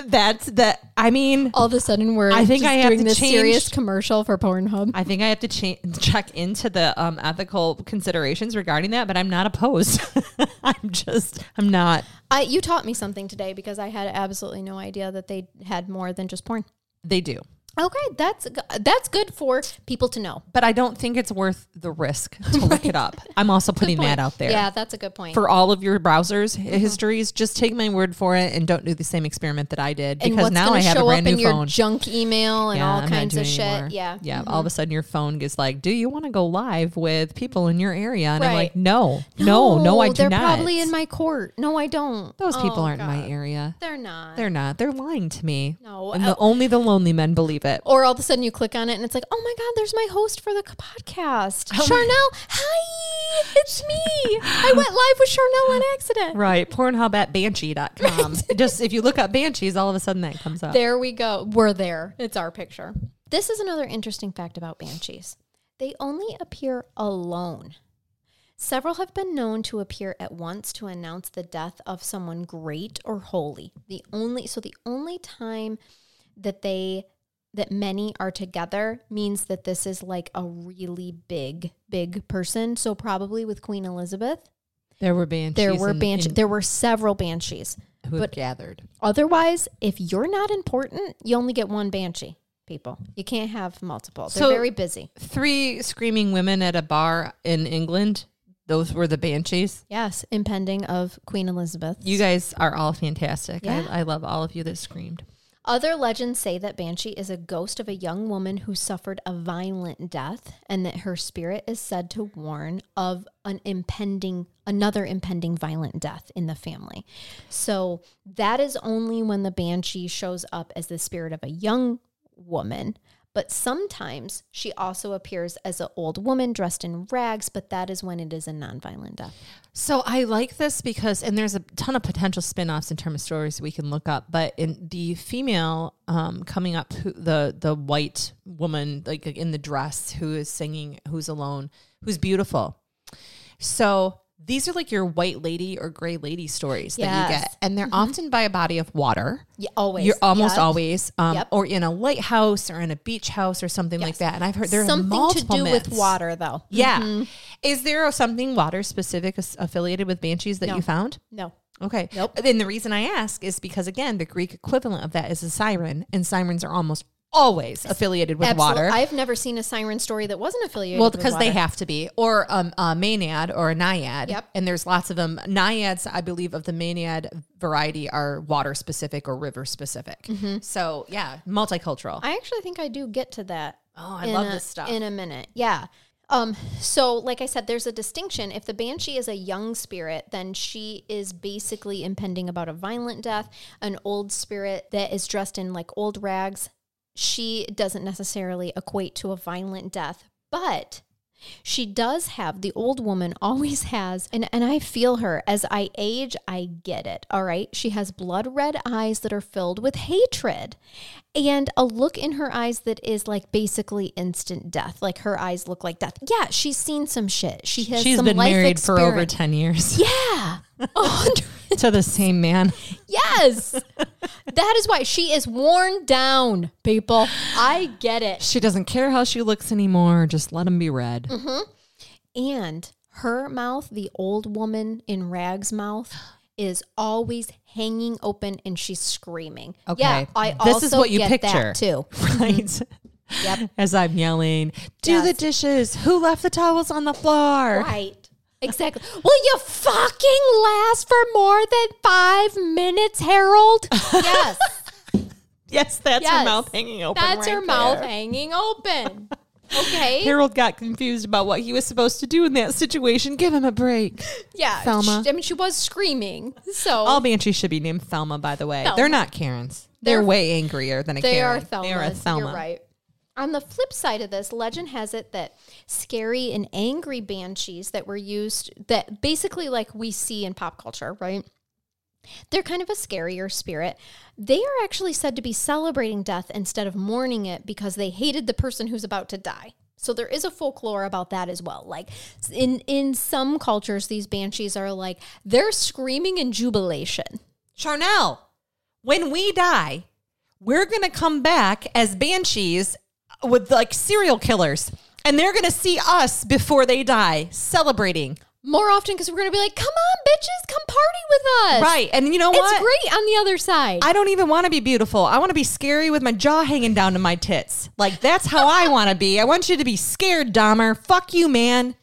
[SPEAKER 2] That's the. I mean.
[SPEAKER 1] All of a sudden, we're
[SPEAKER 2] I think
[SPEAKER 1] just
[SPEAKER 2] I have
[SPEAKER 1] doing
[SPEAKER 2] to
[SPEAKER 1] this
[SPEAKER 2] change-
[SPEAKER 1] serious commercial for Pornhub.
[SPEAKER 2] I think I have to cha- check into the um, ethical considerations regarding that, but I'm not opposed. I'm just, I'm not.
[SPEAKER 1] I, you taught me something today because I had absolutely no idea that they had more than just porn.
[SPEAKER 2] They do,
[SPEAKER 1] Okay, that's g- that's good for people to know.
[SPEAKER 2] but I don't think it's worth the risk to look it up. I'm also putting that out there
[SPEAKER 1] Yeah, Mm-hmm. that's a good point.
[SPEAKER 2] for all of your browsers hi- histories. Just take my word for it, and don't do the same experiment that I did
[SPEAKER 1] and
[SPEAKER 2] because
[SPEAKER 1] what's
[SPEAKER 2] now
[SPEAKER 1] gonna
[SPEAKER 2] I have a
[SPEAKER 1] show
[SPEAKER 2] brand
[SPEAKER 1] up
[SPEAKER 2] new
[SPEAKER 1] in your
[SPEAKER 2] phone.
[SPEAKER 1] junk email and
[SPEAKER 2] Yeah,
[SPEAKER 1] all
[SPEAKER 2] I'm not
[SPEAKER 1] kinds of
[SPEAKER 2] doing
[SPEAKER 1] shit.
[SPEAKER 2] anymore.
[SPEAKER 1] Yeah, Mm-hmm.
[SPEAKER 2] yeah. All of a sudden, your phone gets like, "Do you want to go live with people in your area?" And I'm
[SPEAKER 1] Right.
[SPEAKER 2] like, "No, no, no, I do
[SPEAKER 1] they're
[SPEAKER 2] not."
[SPEAKER 1] probably in my court. No, I don't.
[SPEAKER 2] Those people
[SPEAKER 1] Oh,
[SPEAKER 2] aren't in my
[SPEAKER 1] God.
[SPEAKER 2] area.
[SPEAKER 1] They're not.
[SPEAKER 2] They're not. They're lying to me.
[SPEAKER 1] No,
[SPEAKER 2] And
[SPEAKER 1] uh,
[SPEAKER 2] the, only the lonely men believe it.
[SPEAKER 1] Or all of a sudden you click on it and it's like, oh my God, there's my host for the c- podcast. Charnel, hi, it's me. I went live with Charnel on accident.
[SPEAKER 2] Right. Pornhub at banshee.com. Just if you look up banshees, all of a sudden that comes up.
[SPEAKER 1] There we go. We're there. It's our picture. This is another interesting fact about banshees. They only appear alone. Several have been known to appear at once to announce the death of someone great or holy. The only so the only time that they that many are together means that this is like a really big big person. So probably with Queen Elizabeth,
[SPEAKER 2] There were banshees.
[SPEAKER 1] there were
[SPEAKER 2] in-
[SPEAKER 1] banshee
[SPEAKER 2] in-
[SPEAKER 1] there were several banshees.
[SPEAKER 2] who
[SPEAKER 1] but-
[SPEAKER 2] gathered.
[SPEAKER 1] Otherwise, if you're not important, you only get one banshee. People, you can't have multiple. They're
[SPEAKER 2] So-
[SPEAKER 1] very busy.
[SPEAKER 2] Three screaming women at a bar in England. Those were the banshees.
[SPEAKER 1] Yes, impending of Queen Elizabeth.
[SPEAKER 2] You guys are all fantastic.
[SPEAKER 1] Yeah.
[SPEAKER 2] I, I love all of you that screamed.
[SPEAKER 1] Other legends say that banshee is a ghost of a young woman who suffered a violent death, and that her spirit is said to warn of an impending, another impending violent death in the family. So that is only when the banshee shows up as the spirit of a young woman. But sometimes she also appears as an old woman dressed in rags, but that is when it is a nonviolent death.
[SPEAKER 2] So I like this because, and there's a ton of potential spin-offs in terms of stories we can look up. But in the female um, coming up, who, the the white woman like in the dress who is singing, who's alone, who's beautiful. So these are like your white lady or gray lady stories that you
[SPEAKER 1] Yes.
[SPEAKER 2] get, and they're often by a body of water.
[SPEAKER 1] Yeah, always.
[SPEAKER 2] You're almost
[SPEAKER 1] Yeah.
[SPEAKER 2] always, um,
[SPEAKER 1] Yep.
[SPEAKER 2] or in a lighthouse or in a beach house or something like that. And I've heard there are
[SPEAKER 1] Something to
[SPEAKER 2] multiple
[SPEAKER 1] do
[SPEAKER 2] myths.
[SPEAKER 1] with water, though.
[SPEAKER 2] Yeah.
[SPEAKER 1] Mm-hmm.
[SPEAKER 2] Is there something water specific as- affiliated with banshees that you found?
[SPEAKER 1] No.
[SPEAKER 2] Okay.
[SPEAKER 1] Nope.
[SPEAKER 2] Then the reason I ask is because again, the Greek equivalent of that is a siren, and sirens are almost always affiliated with
[SPEAKER 1] Absolute-
[SPEAKER 2] water.
[SPEAKER 1] I've never seen a siren story that wasn't affiliated.
[SPEAKER 2] well,
[SPEAKER 1] with
[SPEAKER 2] because they
[SPEAKER 1] water.
[SPEAKER 2] have to be, or um, a maenad or a naiad.
[SPEAKER 1] Yep.
[SPEAKER 2] And there's lots of them. Naiads, I believe, of the maenad variety are water specific or river specific. So yeah, multicultural.
[SPEAKER 1] Mm-hmm. I actually think I do get to that.
[SPEAKER 2] oh, I
[SPEAKER 1] in
[SPEAKER 2] love
[SPEAKER 1] a-
[SPEAKER 2] this stuff.
[SPEAKER 1] In a minute, yeah. Um, so, like I said, there's a distinction. If the banshee is a young spirit, then she is basically impending about a violent death. An old spirit that is dressed in like old rags, she doesn't necessarily equate to a violent death, but she does have the old woman always has and and I feel her as I age I get it all right she has blood red eyes that are filled with hatred and a look in her eyes that is like basically instant death like her eyes look like death yeah she's seen some shit she has
[SPEAKER 2] She's
[SPEAKER 1] some
[SPEAKER 2] been
[SPEAKER 1] life
[SPEAKER 2] married for over
[SPEAKER 1] experience.
[SPEAKER 2] ten years
[SPEAKER 1] yeah A hundred-
[SPEAKER 2] to the same man.
[SPEAKER 1] yes that is why she is worn down people I get it
[SPEAKER 2] She doesn't care how she looks anymore. Just let him be red.
[SPEAKER 1] And her mouth, the old woman in rags mouth, is always hanging open and she's screaming.
[SPEAKER 2] Okay.
[SPEAKER 1] Yeah, I
[SPEAKER 2] This
[SPEAKER 1] also
[SPEAKER 2] is what you
[SPEAKER 1] get
[SPEAKER 2] picture.
[SPEAKER 1] that too.
[SPEAKER 2] Right.
[SPEAKER 1] Yep.
[SPEAKER 2] As I'm yelling, do the
[SPEAKER 1] Yes.
[SPEAKER 2] dishes. Who left the towels on the floor?
[SPEAKER 1] Right. Exactly. Will you fucking last for more than five minutes, Harold? Yes.
[SPEAKER 2] Yes, that's her
[SPEAKER 1] Yes.
[SPEAKER 2] mouth hanging open.
[SPEAKER 1] That's
[SPEAKER 2] right
[SPEAKER 1] her mouth
[SPEAKER 2] there.
[SPEAKER 1] hanging open. Okay.
[SPEAKER 2] Harold got confused about what he was supposed to do in that situation. Give him a break.
[SPEAKER 1] yeah.
[SPEAKER 2] Thelma.
[SPEAKER 1] She- I mean, she was screaming. So
[SPEAKER 2] All banshees should be named Thelma, by the way. They're
[SPEAKER 1] Thelma.
[SPEAKER 2] not Karens. They're,
[SPEAKER 1] They're-
[SPEAKER 2] way angrier than a
[SPEAKER 1] They
[SPEAKER 2] Karen.
[SPEAKER 1] are Thelmas.
[SPEAKER 2] They are a Thelma.
[SPEAKER 1] You're right. On the flip side of this, legend has it that scary and angry banshees that were used, that basically like we see in pop culture, right? They're kind of a scarier spirit. They are actually said to be celebrating death instead of mourning it because they hated the person who's about to die. So there is a folklore about that as well. Like in in some cultures, these banshees are like they're screaming in jubilation.
[SPEAKER 2] Charnel, when we die, we're going to come back as banshees with like serial killers. And they're going to see us before they die celebrating.
[SPEAKER 1] more often because we're gonna be like, come on, bitches, come party with us.
[SPEAKER 2] Right. And you know
[SPEAKER 1] It's
[SPEAKER 2] what?
[SPEAKER 1] great on the other side.
[SPEAKER 2] I don't even want to be beautiful. I want to be scary with my jaw hanging down to my tits. Like, that's how I want to be. I want you to be scared, Dahmer. Fuck you, man.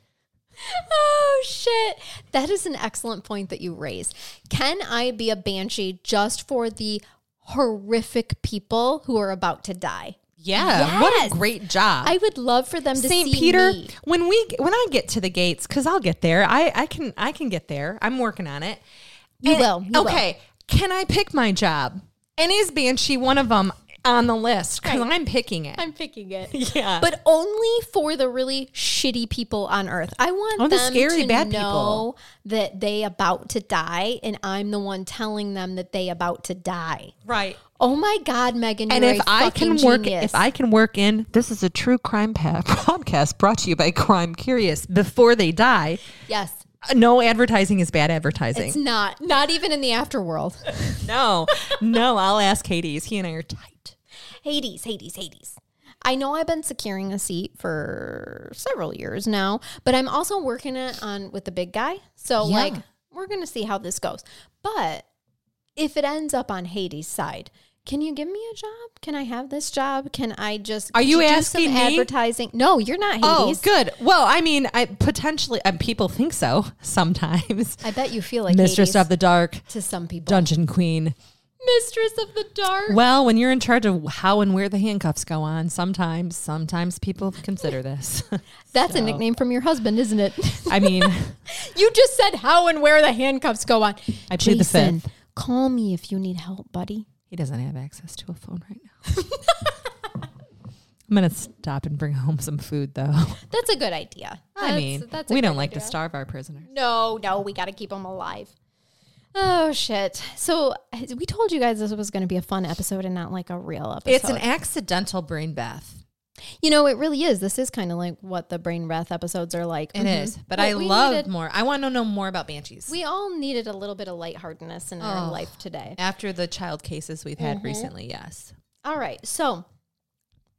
[SPEAKER 1] oh shit. That is an excellent point that you raised. Can I be a banshee just for the horrific people who are about to die?
[SPEAKER 2] Yeah. What
[SPEAKER 1] Yes.
[SPEAKER 2] a great job.
[SPEAKER 1] I would love for them to
[SPEAKER 2] St.
[SPEAKER 1] see
[SPEAKER 2] Peter,
[SPEAKER 1] me.
[SPEAKER 2] when we when I get to the gates, because I'll get there. I I can I can get there. I'm working on it.
[SPEAKER 1] You will, you will.
[SPEAKER 2] okay. Can I pick my job? And is Banshee one of them? on the list because I'm picking it.
[SPEAKER 1] I'm picking it.
[SPEAKER 2] yeah. But
[SPEAKER 1] But only for the really shitty people on earth. I want
[SPEAKER 2] Oh, the
[SPEAKER 1] them
[SPEAKER 2] scary
[SPEAKER 1] to
[SPEAKER 2] bad
[SPEAKER 1] know that they about to die, and I'm the one telling them that they about to die.
[SPEAKER 2] right.
[SPEAKER 1] Oh my God, Megan!
[SPEAKER 2] And
[SPEAKER 1] you're
[SPEAKER 2] if
[SPEAKER 1] a
[SPEAKER 2] I
[SPEAKER 1] fucking
[SPEAKER 2] can work,
[SPEAKER 1] genius.
[SPEAKER 2] if I can work in, this is a true crime pa- podcast brought to you by Crime Curious. Before they die,
[SPEAKER 1] yes,
[SPEAKER 2] uh, no advertising is bad advertising.
[SPEAKER 1] it's not not even in the afterworld.
[SPEAKER 2] no, no. I'll ask Hades. He and I are tight.
[SPEAKER 1] Hades, Hades, Hades. I know I've been securing a seat for several years now, but I'm also working it on with the big guy. So like we're gonna see how this goes. But if it ends up on Hades' side, can you give me a job? Can I have this job? Can I just
[SPEAKER 2] Are
[SPEAKER 1] could
[SPEAKER 2] you
[SPEAKER 1] do some
[SPEAKER 2] asking me?
[SPEAKER 1] advertising? No, you're not
[SPEAKER 2] Oh,
[SPEAKER 1] Hades.
[SPEAKER 2] good. Well, I mean, I potentially uh, people think so sometimes.
[SPEAKER 1] I bet you feel like
[SPEAKER 2] Mistress
[SPEAKER 1] Hades
[SPEAKER 2] of the Dark,
[SPEAKER 1] to some people.
[SPEAKER 2] Dungeon Queen.
[SPEAKER 1] Mistress of the dark.
[SPEAKER 2] Well, when you're in charge of how and where the handcuffs go on, sometimes, sometimes people consider this.
[SPEAKER 1] That's a nickname from your husband, isn't it?
[SPEAKER 2] I mean,
[SPEAKER 1] you just said how and where the handcuffs go on.
[SPEAKER 2] I plead the
[SPEAKER 1] Jason,
[SPEAKER 2] fifth.
[SPEAKER 1] Call me if you need help, buddy.
[SPEAKER 2] He doesn't have access to a phone right now. I'm gonna stop and bring home some food, though.
[SPEAKER 1] That's a good idea.
[SPEAKER 2] I mean,
[SPEAKER 1] a
[SPEAKER 2] we
[SPEAKER 1] good
[SPEAKER 2] don't like to
[SPEAKER 1] idea.
[SPEAKER 2] starve our prisoners.
[SPEAKER 1] No, no, we got to keep them alive. Oh shit! So uh, we told you guys this was going to be a fun episode and not like a real episode.
[SPEAKER 2] It's an accidental brain bath.
[SPEAKER 1] you know, it really is. This is kind of like what the brain breath episodes are like.
[SPEAKER 2] It is, but
[SPEAKER 1] What
[SPEAKER 2] I
[SPEAKER 1] Mm-hmm. we
[SPEAKER 2] love
[SPEAKER 1] needed-
[SPEAKER 2] more. I want to know more about banshees.
[SPEAKER 1] We all needed a little bit of lightheartedness in our
[SPEAKER 2] Oh.
[SPEAKER 1] life today.
[SPEAKER 2] After the child cases we've had
[SPEAKER 1] Mm-hmm.
[SPEAKER 2] recently, yes.
[SPEAKER 1] All right. So,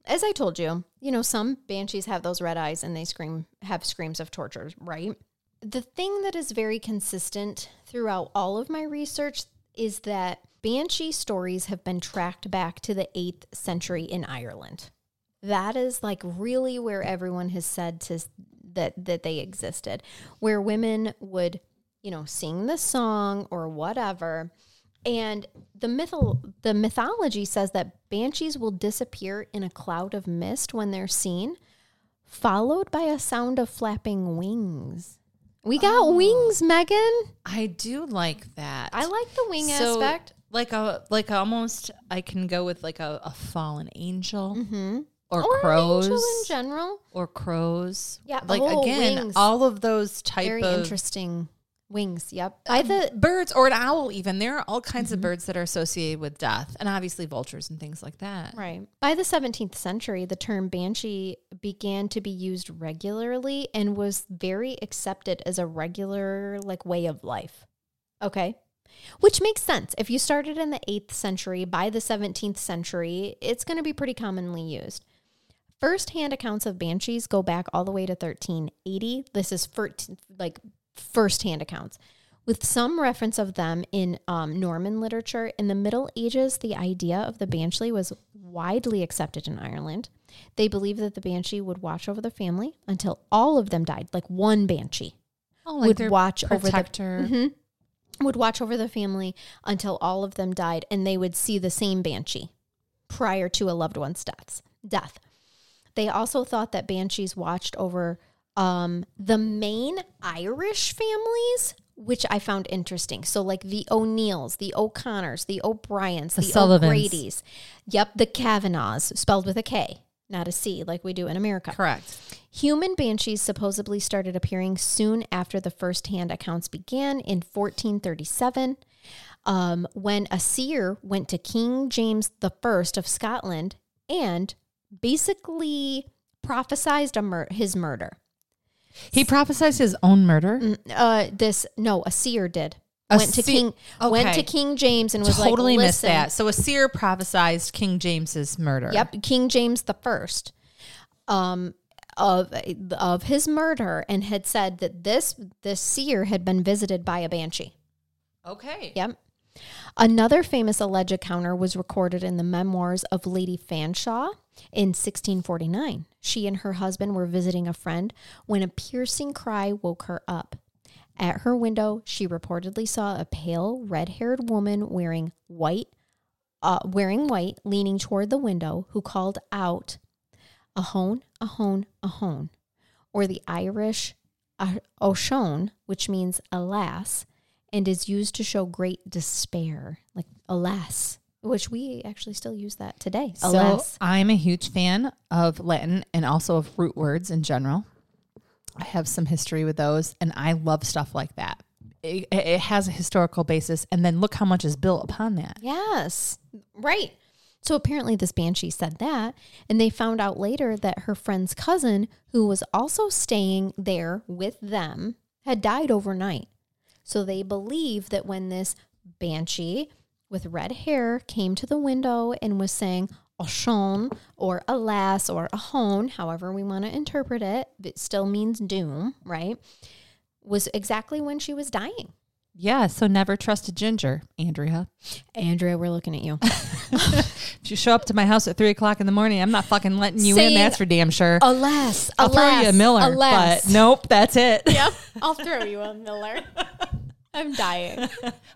[SPEAKER 1] as I told you, you know, some banshees have those red eyes and they scream, have screams of torture, right? The thing that is very consistent throughout all of my research is that banshee stories have been tracked back to the 8th century in Ireland. That is like really where everyone has said to s- that that they existed, where women would, you know, sing the song or whatever, and the mythol the mythology says that banshees will disappear in a cloud of mist when they're seen, followed by a sound of flapping wings. We got wings, Megan.
[SPEAKER 2] I do like that.
[SPEAKER 1] Oh. I like the wing
[SPEAKER 2] So,
[SPEAKER 1] aspect.
[SPEAKER 2] Like a like almost I can go with like a, a fallen angel
[SPEAKER 1] Mm-hmm.
[SPEAKER 2] or,
[SPEAKER 1] Or an
[SPEAKER 2] crows
[SPEAKER 1] angel in general.
[SPEAKER 2] or crows.
[SPEAKER 1] Yeah,
[SPEAKER 2] Like
[SPEAKER 1] oh,
[SPEAKER 2] again,
[SPEAKER 1] wings.
[SPEAKER 2] all of those type
[SPEAKER 1] Very
[SPEAKER 2] of
[SPEAKER 1] interesting. Wings, yep. By the
[SPEAKER 2] birds or an owl even. There are all kinds
[SPEAKER 1] Mm-hmm.
[SPEAKER 2] of birds that are associated with death and obviously vultures and things like that.
[SPEAKER 1] Right. By the 17th century, the term banshee began to be used regularly and was very accepted as a regular like way of life. Okay? Which makes sense. If you started in the 8th century, by the 17th century, it's going to be pretty commonly used. First-hand accounts of banshees go back all the way to 1380. This is fir- like first-hand accounts with some reference of them in um, Norman literature. In the Middle Ages, the idea of the banshee was widely accepted in Ireland. They believed that the banshee would watch over the family until all of them died, like one banshee
[SPEAKER 2] Oh,
[SPEAKER 1] Would
[SPEAKER 2] their
[SPEAKER 1] watch over the- Mm-hmm.
[SPEAKER 2] protector.
[SPEAKER 1] would watch over the family until all of them died and they would see the same banshee prior to a loved one's deaths, death. They also thought that banshees watched over um, the main Irish families, which I found interesting. So, like the O'Neills, the O'Connors, the O'Briens, the,
[SPEAKER 2] Sullivans.
[SPEAKER 1] O'Grady's. Yep, the Kavanaughs, spelled with a K, not a C, like we do in America.
[SPEAKER 2] Correct.
[SPEAKER 1] Human banshees supposedly started appearing soon after the first hand accounts began in 1437 um, when a seer went to King James I of Scotland and basically prophesied a mur- his murder.
[SPEAKER 2] He prophesied his own murder.
[SPEAKER 1] Mm, Uh, this, no, a seer did.
[SPEAKER 2] A
[SPEAKER 1] went, to
[SPEAKER 2] se-
[SPEAKER 1] King, went to
[SPEAKER 2] Okay.
[SPEAKER 1] King James and was
[SPEAKER 2] totally
[SPEAKER 1] like,
[SPEAKER 2] missed
[SPEAKER 1] listen,
[SPEAKER 2] that. So a seer prophesized King James's murder.
[SPEAKER 1] Yep, King James the First, um, of of his murder, and had said that this this seer had been visited by a banshee.
[SPEAKER 2] Okay.
[SPEAKER 1] Yep. Another famous alleged encounter was recorded in the memoirs of Lady Fanshawe in 1649. She and her husband were visiting a friend when a piercing cry woke her up. At her window, she reportedly saw a pale, red-haired woman wearing white, uh, wearing white, leaning toward the window, who called out, "A hone, a hone, a hone," or the Irish "a- "Oshone," which means "alas," and is used to show great despair, like "alas." which we actually still use that today.
[SPEAKER 2] So
[SPEAKER 1] alas.
[SPEAKER 2] I'm a huge fan of Latin and also of root words in general. I have some history with those, and I love stuff like that. It, it has a historical basis, and then look how much is built upon that.
[SPEAKER 1] Yes, right. So apparently, this banshee said that, and they found out later that her friend's cousin, who was also staying there with them, had died overnight. So they believe that when this banshee with red hair came to the window and was saying, Oshon, or alas, or ahon, however we want to interpret it, it still means doom, right? Was exactly when she was dying.
[SPEAKER 2] Yeah, so never trust a ginger, Andrea.
[SPEAKER 1] Andrea, we're looking at you.
[SPEAKER 2] If you show up to my house at three o'clock in the morning, I'm not fucking letting you in.
[SPEAKER 1] Saying-
[SPEAKER 2] That's for damn sure.
[SPEAKER 1] Alas,
[SPEAKER 2] I'll
[SPEAKER 1] alas,
[SPEAKER 2] throw you a Miller,
[SPEAKER 1] alas.
[SPEAKER 2] but nope, that's it.
[SPEAKER 1] Yep, I'll throw you a Miller. I'm dying.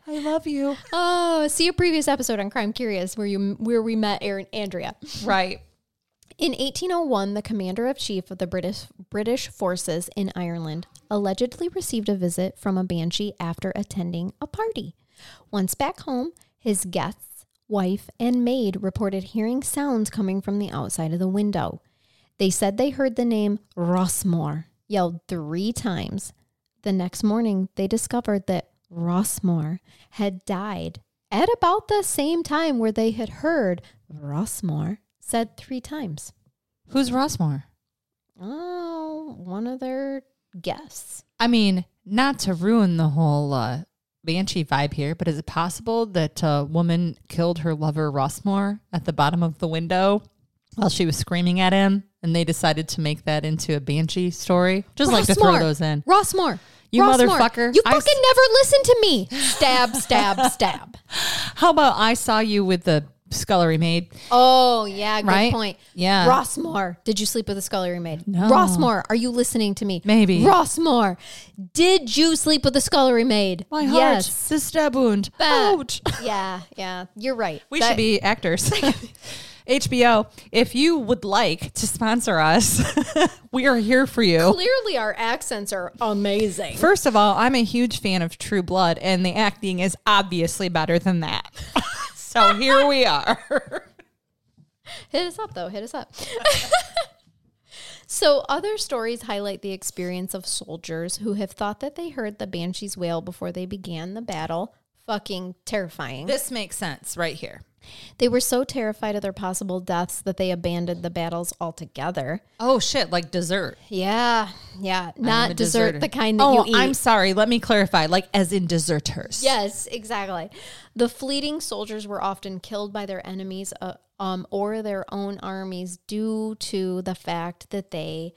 [SPEAKER 2] I love you.
[SPEAKER 1] Oh, see a previous episode on Crime Curious where you where we met Aaron Andrea.
[SPEAKER 2] Right.
[SPEAKER 1] In 1801, the commander of chief of the British British forces in Ireland allegedly received a visit from a banshee after attending a party. Once back home, his guests, wife, and maid reported hearing sounds coming from the outside of the window. They said they heard the name Rossmore yelled three times. The next morning, they discovered that Rossmore had died at about the same time where they had heard Rossmore said three times.
[SPEAKER 2] Who's Rossmore?
[SPEAKER 1] Oh, one of their guests.
[SPEAKER 2] I mean, not to ruin the whole uh, banshee vibe here, but is it possible that a woman killed her lover Rossmore at the bottom of the window while she was screaming at him, and they decided to make that into a banshee story? Just like to throw
[SPEAKER 1] Rossmore!
[SPEAKER 2] those in.
[SPEAKER 1] Rossmore.
[SPEAKER 2] You
[SPEAKER 1] Rossmore!
[SPEAKER 2] motherfucker.
[SPEAKER 1] You
[SPEAKER 2] I s-
[SPEAKER 1] fucking never listen to me. Stab, stab, stab.
[SPEAKER 2] How about I saw you with the scullery maid?
[SPEAKER 1] Oh, yeah. Good
[SPEAKER 2] Right?
[SPEAKER 1] point.
[SPEAKER 2] Yeah.
[SPEAKER 1] Rossmore. Did you sleep with a scullery maid?
[SPEAKER 2] No.
[SPEAKER 1] Rossmore, are you listening to me?
[SPEAKER 2] Maybe.
[SPEAKER 1] Rossmore, did you sleep with a scullery maid?
[SPEAKER 2] My heart,
[SPEAKER 1] Yes.
[SPEAKER 2] the stab wound.
[SPEAKER 1] Bah.
[SPEAKER 2] Ouch.
[SPEAKER 1] Yeah, yeah. You're right.
[SPEAKER 2] We
[SPEAKER 1] That-
[SPEAKER 2] should be actors. HBO, if you would like to sponsor us, we are here for you.
[SPEAKER 1] Clearly, our accents are amazing.
[SPEAKER 2] First of all, I'm a huge fan of True Blood, and the acting is obviously better than that. so here we are.
[SPEAKER 1] Hit us up, though. Hit us up. so, other stories highlight the experience of soldiers who have thought that they heard the banshee's wail before they began the battle. Fucking terrifying.
[SPEAKER 2] This makes sense right here.
[SPEAKER 1] They were so terrified of their possible deaths that they abandoned the battles altogether.
[SPEAKER 2] Oh shit, like dessert.
[SPEAKER 1] Yeah, yeah.
[SPEAKER 2] a
[SPEAKER 1] Not dessert,
[SPEAKER 2] deserter.
[SPEAKER 1] the kind that
[SPEAKER 2] Oh,
[SPEAKER 1] you eat.
[SPEAKER 2] I'm sorry. Let me clarify. Like as in deserters.
[SPEAKER 1] Yes, exactly. The fleeting soldiers were often killed by their enemies uh, um, or their own armies due to the fact that they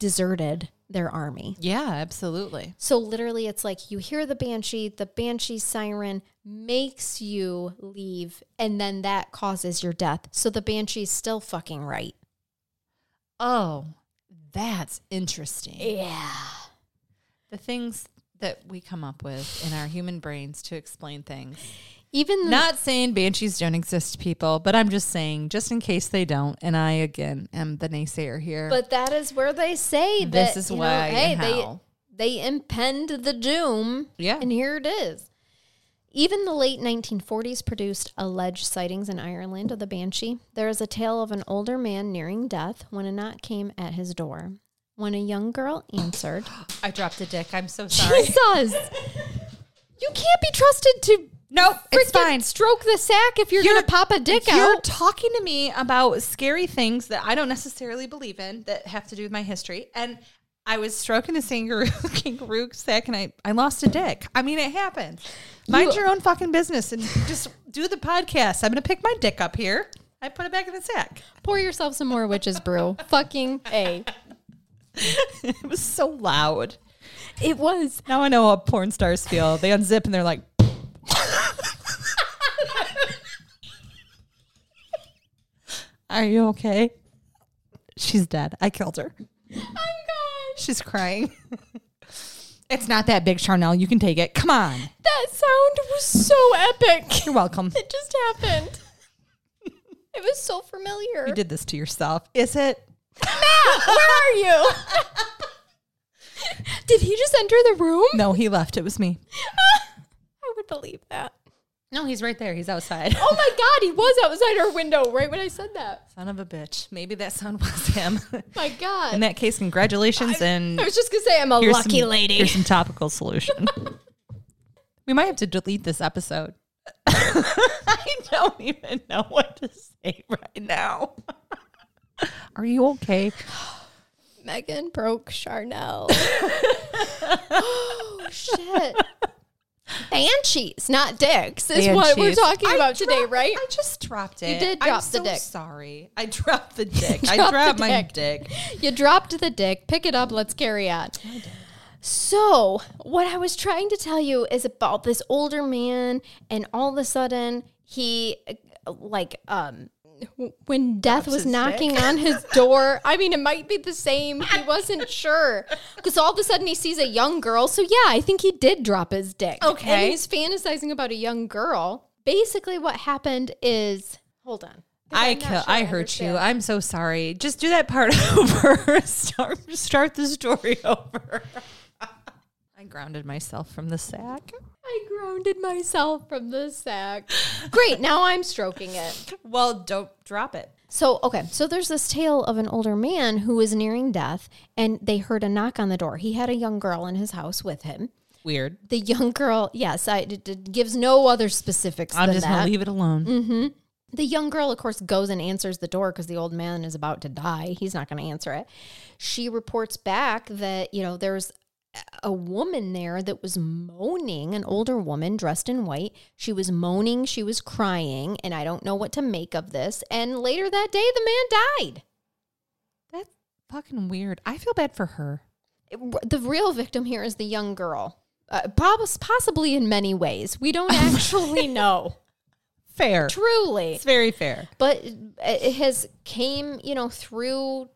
[SPEAKER 1] deserted their army.
[SPEAKER 2] Yeah, absolutely.
[SPEAKER 1] So literally, it's like you hear the banshee, the banshee siren makes you leave, and then that causes your death. So the banshee's still fucking right.
[SPEAKER 2] Oh, that's interesting.
[SPEAKER 1] Yeah.
[SPEAKER 2] the things that we come up with in our human brains to explain things.
[SPEAKER 1] Even the,
[SPEAKER 2] Not saying banshees don't exist, people, but I'm just saying, just in case they don't, and I again am the naysayer here.
[SPEAKER 1] but that is where they say that
[SPEAKER 2] This is
[SPEAKER 1] you know,
[SPEAKER 2] why
[SPEAKER 1] hey,
[SPEAKER 2] and
[SPEAKER 1] they
[SPEAKER 2] how.
[SPEAKER 1] they impend the doom.
[SPEAKER 2] Yeah.
[SPEAKER 1] And here it is. Even the late 1940s produced alleged sightings in Ireland of the banshee. There is a tale of an older man nearing death when a knock came at his door. When a young girl answered,
[SPEAKER 2] I dropped a dick. I'm so sorry.
[SPEAKER 1] Jesus! You can't be trusted to
[SPEAKER 2] nope, it's
[SPEAKER 1] freaking
[SPEAKER 2] fine.
[SPEAKER 1] stroke the sack if you're,
[SPEAKER 2] You're-
[SPEAKER 1] gonna pop a dick
[SPEAKER 2] You're
[SPEAKER 1] out.
[SPEAKER 2] talking to me about scary things that I don't necessarily believe in that have to do with my history. And I was stroking the kangaroo, kangaroo sack and I, I lost a dick. I mean, it happened. Mind your own fucking business and just do the podcast. I'm going to pick my dick up here. I put it back in the sack.
[SPEAKER 1] Pour yourself some more witch's brew. Fucking a.
[SPEAKER 2] It was so loud.
[SPEAKER 1] It was.
[SPEAKER 2] Now I know how porn stars feel. They unzip and they're like, Are you okay? She's dead. I killed her. She's crying. it's not that big, Charnel. You can take it. Come on.
[SPEAKER 1] That sound was so epic.
[SPEAKER 2] You're welcome.
[SPEAKER 1] It just happened. It was so familiar. Ah,
[SPEAKER 2] You did this to yourself. Is it?
[SPEAKER 1] Where are you? did he just enter the room?
[SPEAKER 2] No, he left. It was me.
[SPEAKER 1] I would believe that.
[SPEAKER 2] No, he's right there. He's outside.
[SPEAKER 3] Oh my God, he was outside our window right when I said that.
[SPEAKER 2] Son of a bitch. Maybe that sound was him.
[SPEAKER 3] My God.
[SPEAKER 2] In that case, congratulations and
[SPEAKER 3] I was just going to say, I'm a
[SPEAKER 2] here's
[SPEAKER 3] lucky
[SPEAKER 2] some-
[SPEAKER 3] lady.
[SPEAKER 2] Here's some topical solution. we might have to delete this episode. I don't even know what to say right now. Are you okay?
[SPEAKER 1] Megan broke Charnel. oh shit. Banshees, not dicks, is what we're
[SPEAKER 2] Banshees.
[SPEAKER 1] talking
[SPEAKER 2] I
[SPEAKER 1] about today,
[SPEAKER 2] dropped-
[SPEAKER 1] right?
[SPEAKER 2] I just dropped it.
[SPEAKER 1] did
[SPEAKER 2] I'm
[SPEAKER 1] drop the
[SPEAKER 2] so
[SPEAKER 1] dick.
[SPEAKER 2] Sorry, I dropped the dick. I
[SPEAKER 1] dropped the
[SPEAKER 2] dropped my
[SPEAKER 1] dick.
[SPEAKER 2] dick.
[SPEAKER 1] You dropped the dick. Pick it up. Let's carry on. So, what I was trying to tell you is about this older man, and all of a sudden, he, uh, like, um, w- when death was knocking on his door, I mean, it might be the same. He wasn't sure because all of a sudden he sees a young girl. So, yeah, I think he did drop his dick.
[SPEAKER 3] Okay.
[SPEAKER 1] And he's fantasizing about a young girl. Basically, what happened is hold on.
[SPEAKER 2] I
[SPEAKER 1] I'm not
[SPEAKER 2] kill,
[SPEAKER 1] sure
[SPEAKER 2] I
[SPEAKER 1] I
[SPEAKER 2] hurt you.
[SPEAKER 1] understand.
[SPEAKER 2] I'm so sorry. Just do that part over. start, start the story over. I grounded myself from the sack.
[SPEAKER 1] I grounded myself from the sack. Great, now I'm stroking it.
[SPEAKER 2] Well, don't drop it.
[SPEAKER 1] So, okay, so there's this tale of an older man who was nearing death and they heard a knock on the door. He had a young girl in his house with him.
[SPEAKER 2] Weird.
[SPEAKER 1] The young girl, yes, I, it, it gives no other specifics
[SPEAKER 2] I'm
[SPEAKER 1] than
[SPEAKER 2] just
[SPEAKER 1] that. Mm.
[SPEAKER 2] gonna leave it alone.
[SPEAKER 1] The young girl, of course, goes and answers the door because the old man is about to die. He's not going to answer it. She reports back that, you know, there's a woman there that was moaning, an older woman dressed in white. She was moaning, she was crying, and I don't know what to make of this. And later that day, the man died.
[SPEAKER 2] That's fucking weird. I feel bad for her.
[SPEAKER 1] It- The real victim here is the young girl, uh, prob- possibly in many ways. We don't actually know,
[SPEAKER 2] Fair.
[SPEAKER 1] truly.
[SPEAKER 2] It's very fair.
[SPEAKER 1] but it has came you know through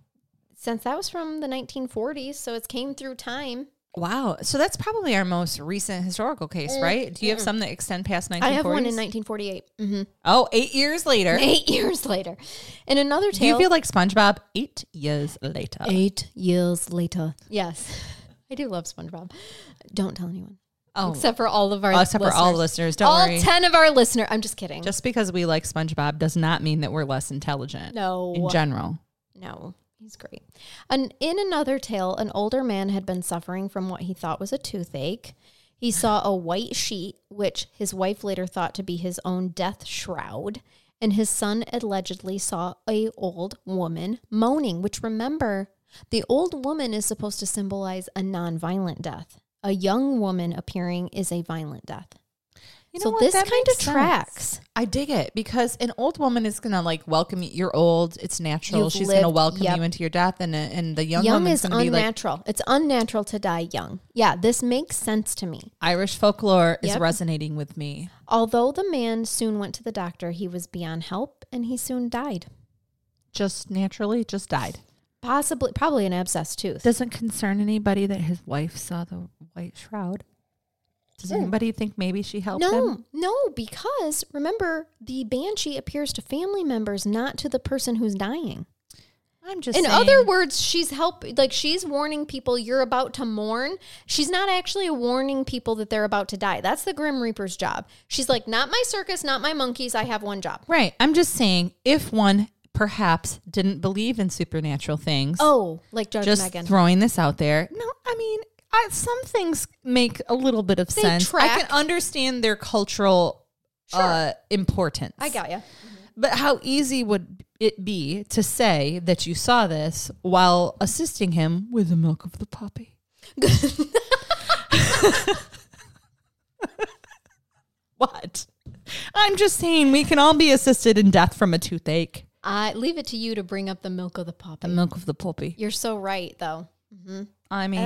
[SPEAKER 1] since that was from the 1940s so it's came through time
[SPEAKER 2] Wow. So that's probably our most recent historical case, right? Do you have some that extend past 1940s?
[SPEAKER 1] i have one in 1948 Mhm.
[SPEAKER 2] Oh, eight years later.
[SPEAKER 1] eight years later and another
[SPEAKER 2] Do you
[SPEAKER 1] tale
[SPEAKER 2] feel like SpongeBob? Eight years later.
[SPEAKER 1] eight years later yes i do love spongebob don't tell anyone
[SPEAKER 2] Oh,
[SPEAKER 1] except for all of our
[SPEAKER 2] except for all
[SPEAKER 1] listeners.
[SPEAKER 2] listeners. Don't
[SPEAKER 1] all
[SPEAKER 2] worry.
[SPEAKER 1] 10 of our listener i'm just kidding
[SPEAKER 2] Just because we like SpongeBob does not mean that we're less intelligent.
[SPEAKER 1] no
[SPEAKER 2] In general.
[SPEAKER 1] No, he's great. And in another tale, an older man had been suffering from what he thought was a toothache. He saw a white sheet, which his wife later thought to be his own death shroud, and his son allegedly saw a old woman moaning. Which remember, the old woman is supposed to symbolize a non-violent death. A young woman appearing is a violent death. so this kind of tracks.
[SPEAKER 2] I dig it because an old woman is gonna like welcome you. You're old. It's natural.
[SPEAKER 1] You've
[SPEAKER 2] She's gonna
[SPEAKER 1] lived-
[SPEAKER 2] welcome
[SPEAKER 1] yep.
[SPEAKER 2] you into your death, and uh, and the young,
[SPEAKER 1] Young
[SPEAKER 2] woman's
[SPEAKER 1] is
[SPEAKER 2] gonna be like
[SPEAKER 1] unnatural. it's unnatural to die young. Yeah, this makes sense to me.
[SPEAKER 2] Irish folklore is
[SPEAKER 1] Yep.
[SPEAKER 2] resonating with me.
[SPEAKER 1] Although the man soon went to the doctor, he was beyond help and he soon died.
[SPEAKER 2] Just naturally, just died.
[SPEAKER 1] Possibly, probably an abscessed tooth.
[SPEAKER 2] Doesn't concern anybody that his wife saw the white shroud. Does anybody think maybe she helped him?
[SPEAKER 1] Hmm. No, no, because remember, the banshee appears to family members, not to the person who's dying.
[SPEAKER 2] I'm just
[SPEAKER 1] In
[SPEAKER 2] saying.
[SPEAKER 1] other words, she's help like she's warning people you're about to mourn. She's not actually warning people that they're about to die. That's the Grim Reaper's job. She's like, not my circus, not my monkeys. I have one job.
[SPEAKER 2] right. I'm just saying if one perhaps didn't believe in supernatural things.
[SPEAKER 1] Oh, like Judge
[SPEAKER 2] just
[SPEAKER 1] Megan.
[SPEAKER 2] throwing this out there. No, I mean, I, some things make a little bit of sense. I
[SPEAKER 1] track.
[SPEAKER 2] can understand their cultural uh, importance.
[SPEAKER 1] I got you.
[SPEAKER 2] But how easy would it be to say that you saw this while assisting him with the milk of the puppy? what? I'm just saying we can all be assisted in death from a toothache.
[SPEAKER 1] I leave it to you to bring up the milk of the puppy.
[SPEAKER 2] The milk of the puppy.
[SPEAKER 1] You're so right, though. Eh,
[SPEAKER 2] I mean,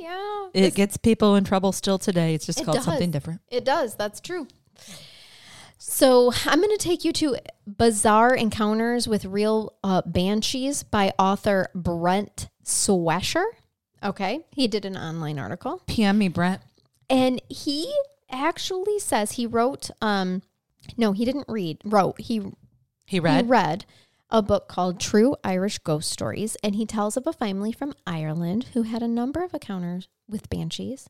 [SPEAKER 1] yeah,
[SPEAKER 2] It gets people in trouble still today. It's just
[SPEAKER 1] It
[SPEAKER 2] called something
[SPEAKER 1] does.
[SPEAKER 2] different.
[SPEAKER 1] it does. That's true. So I'm going to take you to Bizarre Encounters with Real uh, Banshees by author Brent Swesher. Okay, he did an online article,
[SPEAKER 2] PM me, Brent.
[SPEAKER 1] and he actually says he wrote. Um, no, he didn't read. Wrote he
[SPEAKER 2] He
[SPEAKER 1] he
[SPEAKER 2] read.
[SPEAKER 1] read a book called True Irish Ghost Stories, and he tells of a family from Ireland who had a number of encounters with banshees.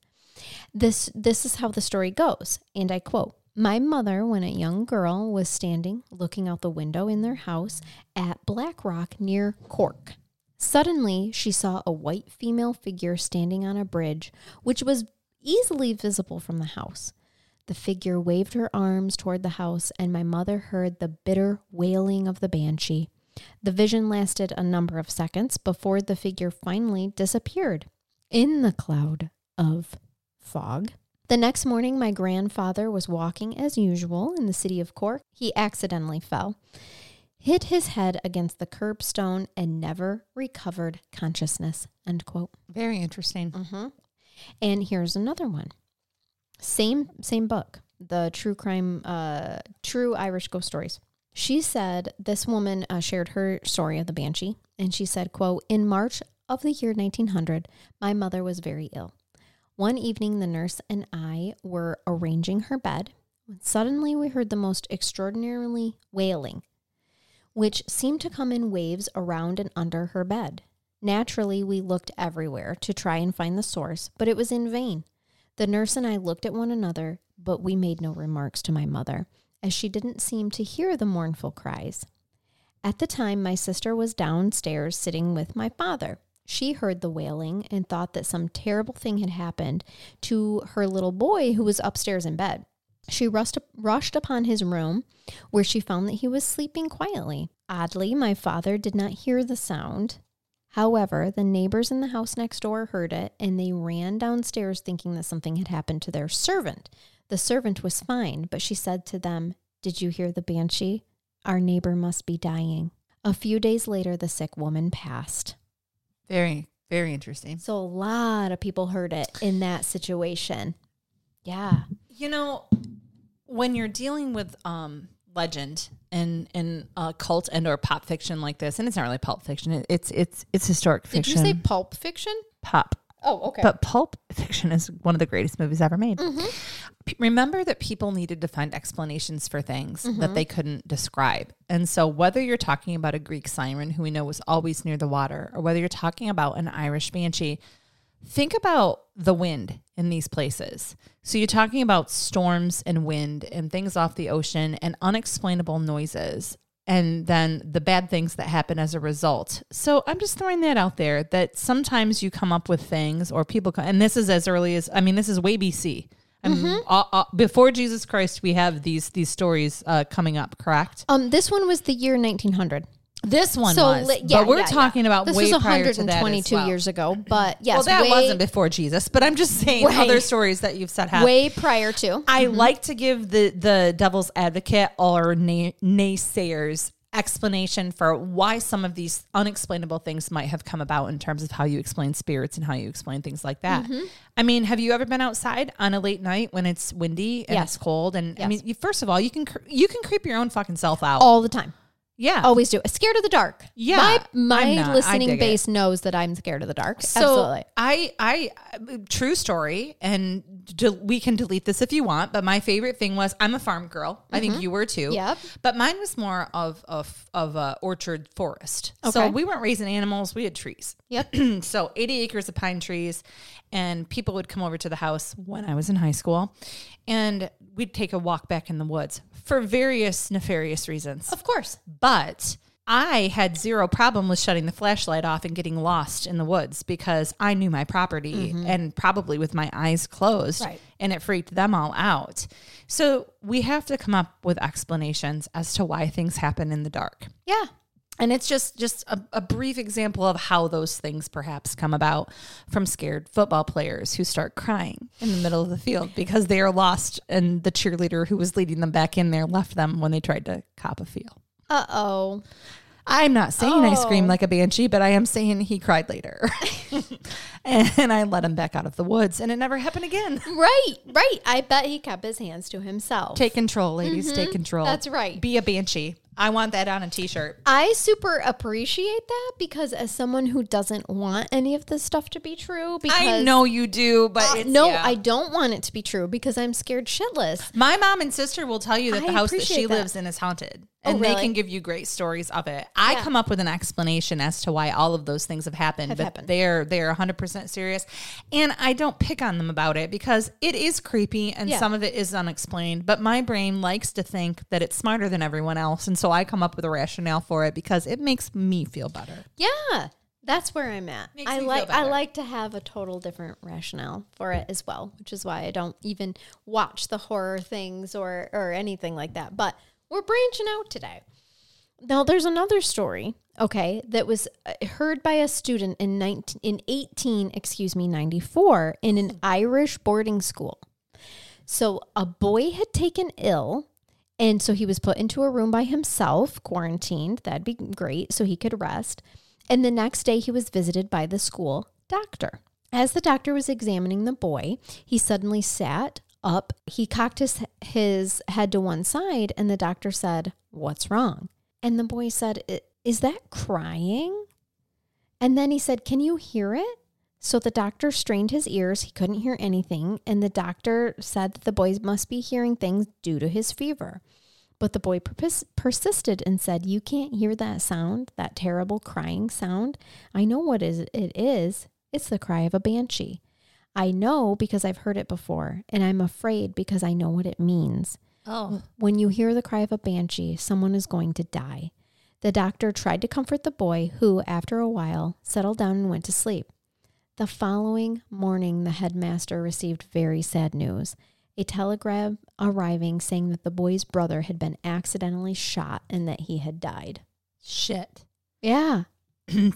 [SPEAKER 1] This this is how the story goes, and I quote: My mother, when a young girl, was standing looking out the window in their house at Black Rock near Cork. Suddenly, she saw a white female figure standing on a bridge, which was easily visible from the house. The figure waved her arms toward the house, and my mother heard the bitter wailing of the banshee. The vision lasted a number of seconds before the figure finally disappeared in the cloud of fog. The next morning, my grandfather was walking as usual in the city of Cork. He accidentally fell, hit his head against the curbstone, and never recovered consciousness. End quote.
[SPEAKER 2] Very interesting.
[SPEAKER 1] Mm-hmm. And here's another one. Same same book, the true crime, uh, true Irish ghost stories. She said this woman uh, shared her story of the banshee, and she said, "quote In March of the year 1900, my mother was very ill. One evening, the nurse and I were arranging her bed when suddenly we heard the most extraordinarily wailing, which seemed to come in waves around and under her bed. Naturally, we looked everywhere to try and find the source, but it was in vain. The nurse and I looked at one another, but we made no remarks to my mother, as she didn't seem to hear the mournful cries. At the time, my sister was downstairs sitting with my father. She heard the wailing and thought that some terrible thing had happened to her little boy who was upstairs in bed. She rushed, rushed upon his room, where she found that he was sleeping quietly. Oddly, my father did not hear the sound. However, the neighbors in the house next door heard it and they ran downstairs thinking that something had happened to their servant. The servant was fine, but she said to them, Did you hear the banshee? Our neighbor must be dying. A few days later, the sick woman passed.
[SPEAKER 2] Very, very interesting.
[SPEAKER 1] So a lot of people heard it in that situation. Yeah.
[SPEAKER 2] You know, when you're dealing with um legend and and uh, cult and or pop fiction like this, and it's not really pop fiction, it, it's it's it's historic
[SPEAKER 4] Did
[SPEAKER 2] fiction.
[SPEAKER 4] you say pulp fiction?
[SPEAKER 2] pop?
[SPEAKER 4] Oh, okay.
[SPEAKER 2] But pulp fiction is one of the greatest movies ever made. P- Remember that people needed to find explanations for things that they couldn't describe. And so, whether you're talking about a Greek siren who we know was always near the water, or whether you're talking about an Irish banshee, think about the wind in these places. So, you're talking about storms and wind and things off the ocean and unexplainable noises. And then the bad things that happen as a result. So I'm just throwing that out there that sometimes you come up with things or people come, and this is as early as, I mean, this is way BC. I mean,
[SPEAKER 1] Mm-hmm.
[SPEAKER 2] uh, uh, before Jesus Christ, we have these these stories uh, coming up, correct?
[SPEAKER 1] Um, this one was the year 1900.
[SPEAKER 2] This one
[SPEAKER 1] So
[SPEAKER 2] was,
[SPEAKER 1] li- yeah,
[SPEAKER 2] but we're
[SPEAKER 1] yeah, yeah.
[SPEAKER 2] talking about
[SPEAKER 1] This
[SPEAKER 2] way
[SPEAKER 1] was
[SPEAKER 2] prior to that as
[SPEAKER 1] 122
[SPEAKER 2] well.
[SPEAKER 1] years ago, but yes,
[SPEAKER 2] Well, that
[SPEAKER 1] way,
[SPEAKER 2] wasn't before Jesus, but I'm just saying
[SPEAKER 1] Way-
[SPEAKER 2] other stories that you've said happened.
[SPEAKER 1] way Mm-hmm. prior to.
[SPEAKER 2] I like to give the the devil's advocate or nay, naysayers explanation for why some of these unexplainable things might have come about in terms of how you explain spirits and how you explain things like that.
[SPEAKER 1] Mm-hmm.
[SPEAKER 2] I mean, have you ever been outside on a late night when it's windy and
[SPEAKER 1] Yes.
[SPEAKER 2] it's cold and I
[SPEAKER 1] Yes. Oh,
[SPEAKER 2] mean, you, first of all, you can cr- you can creep your own fucking self out.
[SPEAKER 1] all the time.
[SPEAKER 2] yeah.
[SPEAKER 1] Always do. Scared of the dark.
[SPEAKER 2] Yeah,
[SPEAKER 1] My,
[SPEAKER 2] I'm
[SPEAKER 1] my
[SPEAKER 2] not. I
[SPEAKER 1] listening
[SPEAKER 2] dig it.
[SPEAKER 1] base knows that I'm scared of the dark.
[SPEAKER 2] So
[SPEAKER 1] Absolutely.
[SPEAKER 2] I, I, true story, and de- we can delete this if you want. But my favorite thing was I'm a farm girl. I think you were too.
[SPEAKER 1] Mm-hmm. Yep.
[SPEAKER 2] But mine was more of of of a orchard forest. So
[SPEAKER 1] Okay.
[SPEAKER 2] we weren't raising animals. We had trees.
[SPEAKER 1] Yep.
[SPEAKER 2] so 80 acres of pine trees, and people would come over to the house when I was in high school, and we'd take a walk back in the woods for various nefarious reasons
[SPEAKER 1] Of course.
[SPEAKER 2] but I had zero problem with shutting the flashlight off and getting lost in the woods because I knew my property and probably with my eyes closed
[SPEAKER 1] Right.
[SPEAKER 2] and it freaked them all out. So we have to come up with explanations as to why things happen in the dark.
[SPEAKER 1] Yeah.
[SPEAKER 2] And it's just just a, a brief example of how those things perhaps come about from scared football players who start crying in the middle of the field because they are lost and the cheerleader who was leading them back in there left them when they tried to cop a field.
[SPEAKER 1] Uh oh.
[SPEAKER 2] I'm not saying I scream
[SPEAKER 1] Oh.
[SPEAKER 2] like a banshee, but I am saying he cried later. and I let him back out of the woods, and it never happened again.
[SPEAKER 1] Right. Right. I bet he kept his hands to himself.
[SPEAKER 2] Take control, ladies. Take control.
[SPEAKER 1] That's right.
[SPEAKER 2] Be a banshee. I want that on a t shirt.
[SPEAKER 1] I super appreciate that because as someone who doesn't want any of this stuff to be true, because
[SPEAKER 2] I know you do, but it's,
[SPEAKER 1] no,
[SPEAKER 2] yeah.
[SPEAKER 1] I don't want it to be true because I'm scared shitless.
[SPEAKER 2] My mom and sister will tell you that
[SPEAKER 1] I
[SPEAKER 2] the house that
[SPEAKER 1] appreciate
[SPEAKER 2] she
[SPEAKER 1] that.
[SPEAKER 2] lives in is haunted.
[SPEAKER 1] Oh,
[SPEAKER 2] and they
[SPEAKER 1] really?
[SPEAKER 2] can give you great stories of it. I
[SPEAKER 1] Yeah.
[SPEAKER 2] come up with an explanation as to why all of those things have happened, but
[SPEAKER 1] happened.
[SPEAKER 2] they're they're 100% serious. And I don't pick on them about it because it is creepy and
[SPEAKER 1] Yeah.
[SPEAKER 2] some of it is unexplained, but my brain likes to think that it's smarter than everyone else, and so I come up with a rationale for it because it makes me feel better.
[SPEAKER 1] Yeah, that's where I'm at.
[SPEAKER 2] Makes me
[SPEAKER 1] I
[SPEAKER 2] feel
[SPEAKER 1] like I
[SPEAKER 2] better.
[SPEAKER 1] like to have a total different rationale for it as well, which is why I don't even watch the horror things or or anything like that. But we're branching out today. Now there's another story, okay, that was uh, heard by a student in 19, in 18, excuse me, 94 in an Irish boarding school. So a boy had taken ill and so he was put into a room by himself, quarantined. That'd be great. So he could rest. And the next day, he was visited by the school doctor. As the doctor was examining the boy, he suddenly sat up. He cocked his, his head to one side, and the doctor said, What's wrong? And the boy said, "I- Is that crying? And then he said, Can you hear it? So the doctor strained his ears. He couldn't hear anything. And the doctor said that the boy must be hearing things due to his fever. But the boy perpis- persisted and said, You can't hear that sound, that terrible crying sound. I know what is it is. It's the cry of a banshee. I know because I've heard it before, and I'm afraid because I know what it means.
[SPEAKER 3] Oh.
[SPEAKER 1] When you hear the cry of a banshee, someone is going to die. The doctor tried to comfort the boy, who, after a while, settled down and went to sleep. The following morning, the headmaster received very sad news a telegram arriving saying that the boy's brother had been accidentally shot and that he had died.
[SPEAKER 2] Shit.
[SPEAKER 1] Yeah.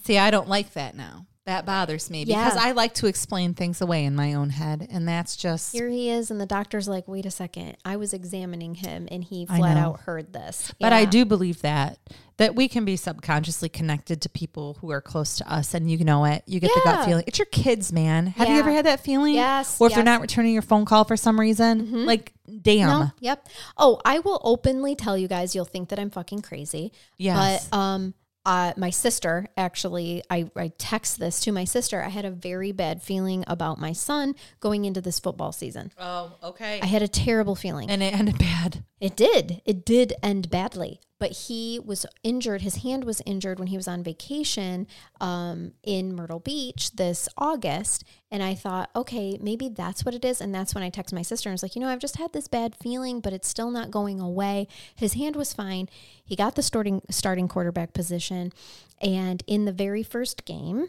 [SPEAKER 2] See, I don't like that now. That bothers me
[SPEAKER 1] Yeah.
[SPEAKER 2] because I like to explain things away in my own head, and that's just
[SPEAKER 1] Here he is, and the doctor's like, wait a second. I was examining him, and he
[SPEAKER 2] I
[SPEAKER 1] flat
[SPEAKER 2] know.
[SPEAKER 1] out heard this.
[SPEAKER 2] But I
[SPEAKER 1] Yeah.
[SPEAKER 2] do believe that that we can be subconsciously connected to people who are close to us, and you know it. You get the
[SPEAKER 1] Yeah.
[SPEAKER 2] gut feeling. It's your kids, man. Have you
[SPEAKER 1] Yeah.
[SPEAKER 2] ever had that feeling?
[SPEAKER 1] Yes,
[SPEAKER 2] Or if
[SPEAKER 1] yes.
[SPEAKER 2] they're
[SPEAKER 1] Mm-hmm.
[SPEAKER 2] not returning your phone call for some reason, like damn.
[SPEAKER 1] No, yep. Oh, I will openly tell you guys. You'll think that I'm fucking crazy.
[SPEAKER 2] Yes.
[SPEAKER 1] But um, uh, my sister actually, I I text this to my sister. I had a very bad feeling about my son going into this football season.
[SPEAKER 2] Oh, okay.
[SPEAKER 1] I had a terrible feeling.
[SPEAKER 2] and it ended bad.
[SPEAKER 1] It did. It did end badly. But he was injured. His hand was injured when he was on vacation um, in Myrtle Beach this August. And I thought, okay, maybe that's what it is. And that's when I text my sister and was like, you know, I've just had this bad feeling, but it's still not going away. His hand was fine. He got the starting starting quarterback position, and in the very first game,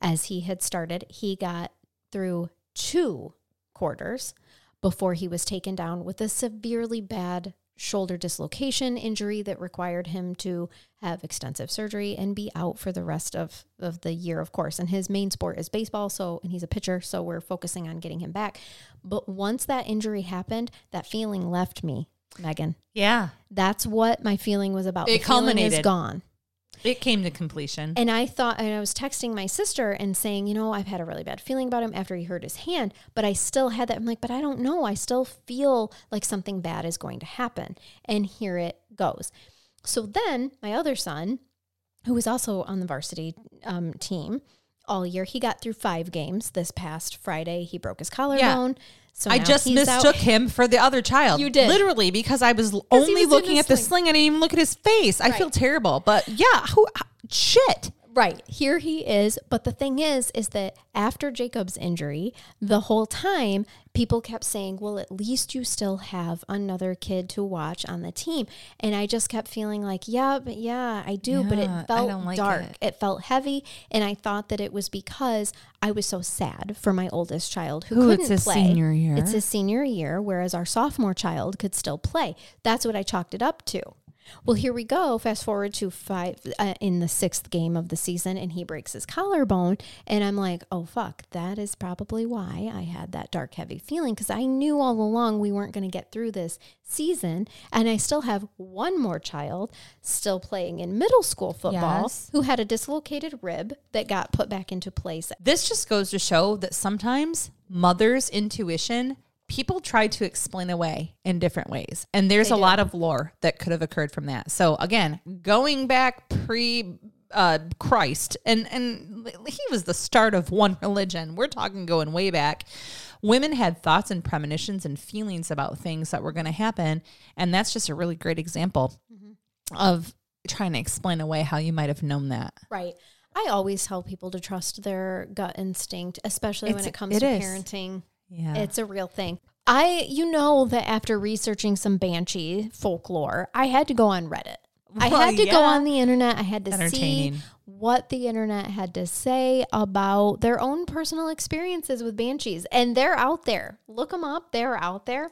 [SPEAKER 1] as he had started, he got through two quarters before he was taken down with a severely bad shoulder dislocation injury that required him to have extensive surgery and be out for the rest of, of the year, of course. And his main sport is baseball, so and he's a pitcher, so we're focusing on getting him back. But once that injury happened, that feeling left me, Megan.
[SPEAKER 2] Yeah.
[SPEAKER 1] That's what my feeling was about.
[SPEAKER 2] It
[SPEAKER 1] the feeling is
[SPEAKER 2] culminated.
[SPEAKER 1] gone.
[SPEAKER 2] It came to completion.
[SPEAKER 1] And I thought, and I was texting my sister and saying, you know, I've had a really bad feeling about him after he hurt his hand, but I still had that. I'm like, but I don't know. I still feel like something bad is going to happen. And here it goes. So then my other son, who was also on the varsity um, team all year, he got through five games this past Friday. He broke his collarbone. So
[SPEAKER 2] I
[SPEAKER 1] now
[SPEAKER 2] just
[SPEAKER 1] he's out.
[SPEAKER 2] mistook him for the other child.
[SPEAKER 1] You did.
[SPEAKER 2] literally because I was l- only
[SPEAKER 1] was doing
[SPEAKER 2] looking
[SPEAKER 1] the
[SPEAKER 2] at the
[SPEAKER 1] sling.
[SPEAKER 2] sling. I didn't even look at his face. I feel
[SPEAKER 1] Right.
[SPEAKER 2] terrible, but yeah, who shit.
[SPEAKER 1] Right. Here he is. But the thing is, is that after Jacob's injury, the whole time people kept saying, well, at least you still have another kid to watch on the team. And I just kept feeling like, yeah, but yeah, I do. but
[SPEAKER 2] Yeah, I
[SPEAKER 1] it felt
[SPEAKER 2] don't like
[SPEAKER 1] dark.
[SPEAKER 2] it.
[SPEAKER 1] It felt heavy. And I thought that it was because I was so sad for my oldest child who
[SPEAKER 2] Ooh, it's
[SPEAKER 1] couldn't
[SPEAKER 2] his
[SPEAKER 1] play.
[SPEAKER 2] senior year.
[SPEAKER 1] It's his senior year, whereas our sophomore child could still play. That's what I chalked it up to. Well, here we go. Fast forward to five uh, in the sixth game of the season, and he breaks his collarbone. And I'm like, oh, fuck, that is probably why I had that dark, heavy feeling because I knew all along we weren't going to get through this season. And I still have one more child still playing in middle school football
[SPEAKER 2] Yes.
[SPEAKER 1] who had a dislocated rib that got put back into place.
[SPEAKER 2] This just goes to show that sometimes mothers' intuition, people try to explain away in different ways. And there's a lot of lore that could have occurred from that. So, again, going back pre uh, Christ, and, and he was the start of one religion. We're talking going way back. Women had thoughts and premonitions and feelings about things that were going to happen. And that's just a really great example
[SPEAKER 3] of trying to explain away how you might have known that.
[SPEAKER 1] Right. I always tell people to trust their gut instinct, especially when
[SPEAKER 3] It's-
[SPEAKER 1] it comes
[SPEAKER 3] it
[SPEAKER 1] to
[SPEAKER 3] is.
[SPEAKER 1] parenting.
[SPEAKER 3] Yeah.
[SPEAKER 1] It's a real thing. I, you know, that after researching some banshee folklore, I had to go on Reddit. I
[SPEAKER 3] Well,
[SPEAKER 1] had to go
[SPEAKER 3] yeah.
[SPEAKER 1] on the internet. I had to see
[SPEAKER 3] Entertaining.
[SPEAKER 1] what the internet had to say about their own personal experiences with banshees. And they're out there. Look them up. They're out there.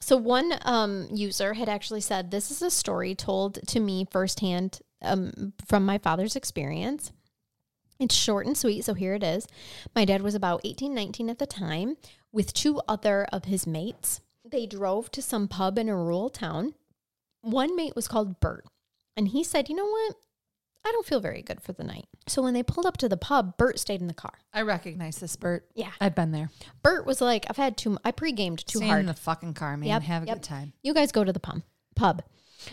[SPEAKER 1] So one um, user had actually said, "This is a story told to me firsthand um, from my father's experience." It's short and sweet, so here it is. My dad was about 18, 19 at the time with two other of his mates. They drove to some pub in a rural town. One mate was called Bert, and he said, You know what? I don't feel very good for the night. So when they pulled up to the pub, Bert stayed in the car.
[SPEAKER 3] I recognize this, Bert.
[SPEAKER 1] Yeah.
[SPEAKER 3] I've been there.
[SPEAKER 1] Bert was like, I've had too, m- I pre-gamed too
[SPEAKER 3] Stay
[SPEAKER 1] hard.
[SPEAKER 3] in the fucking car, man.
[SPEAKER 1] Yep,
[SPEAKER 3] Have a
[SPEAKER 1] yep.
[SPEAKER 3] good time.
[SPEAKER 1] You guys go to the pub. Pub.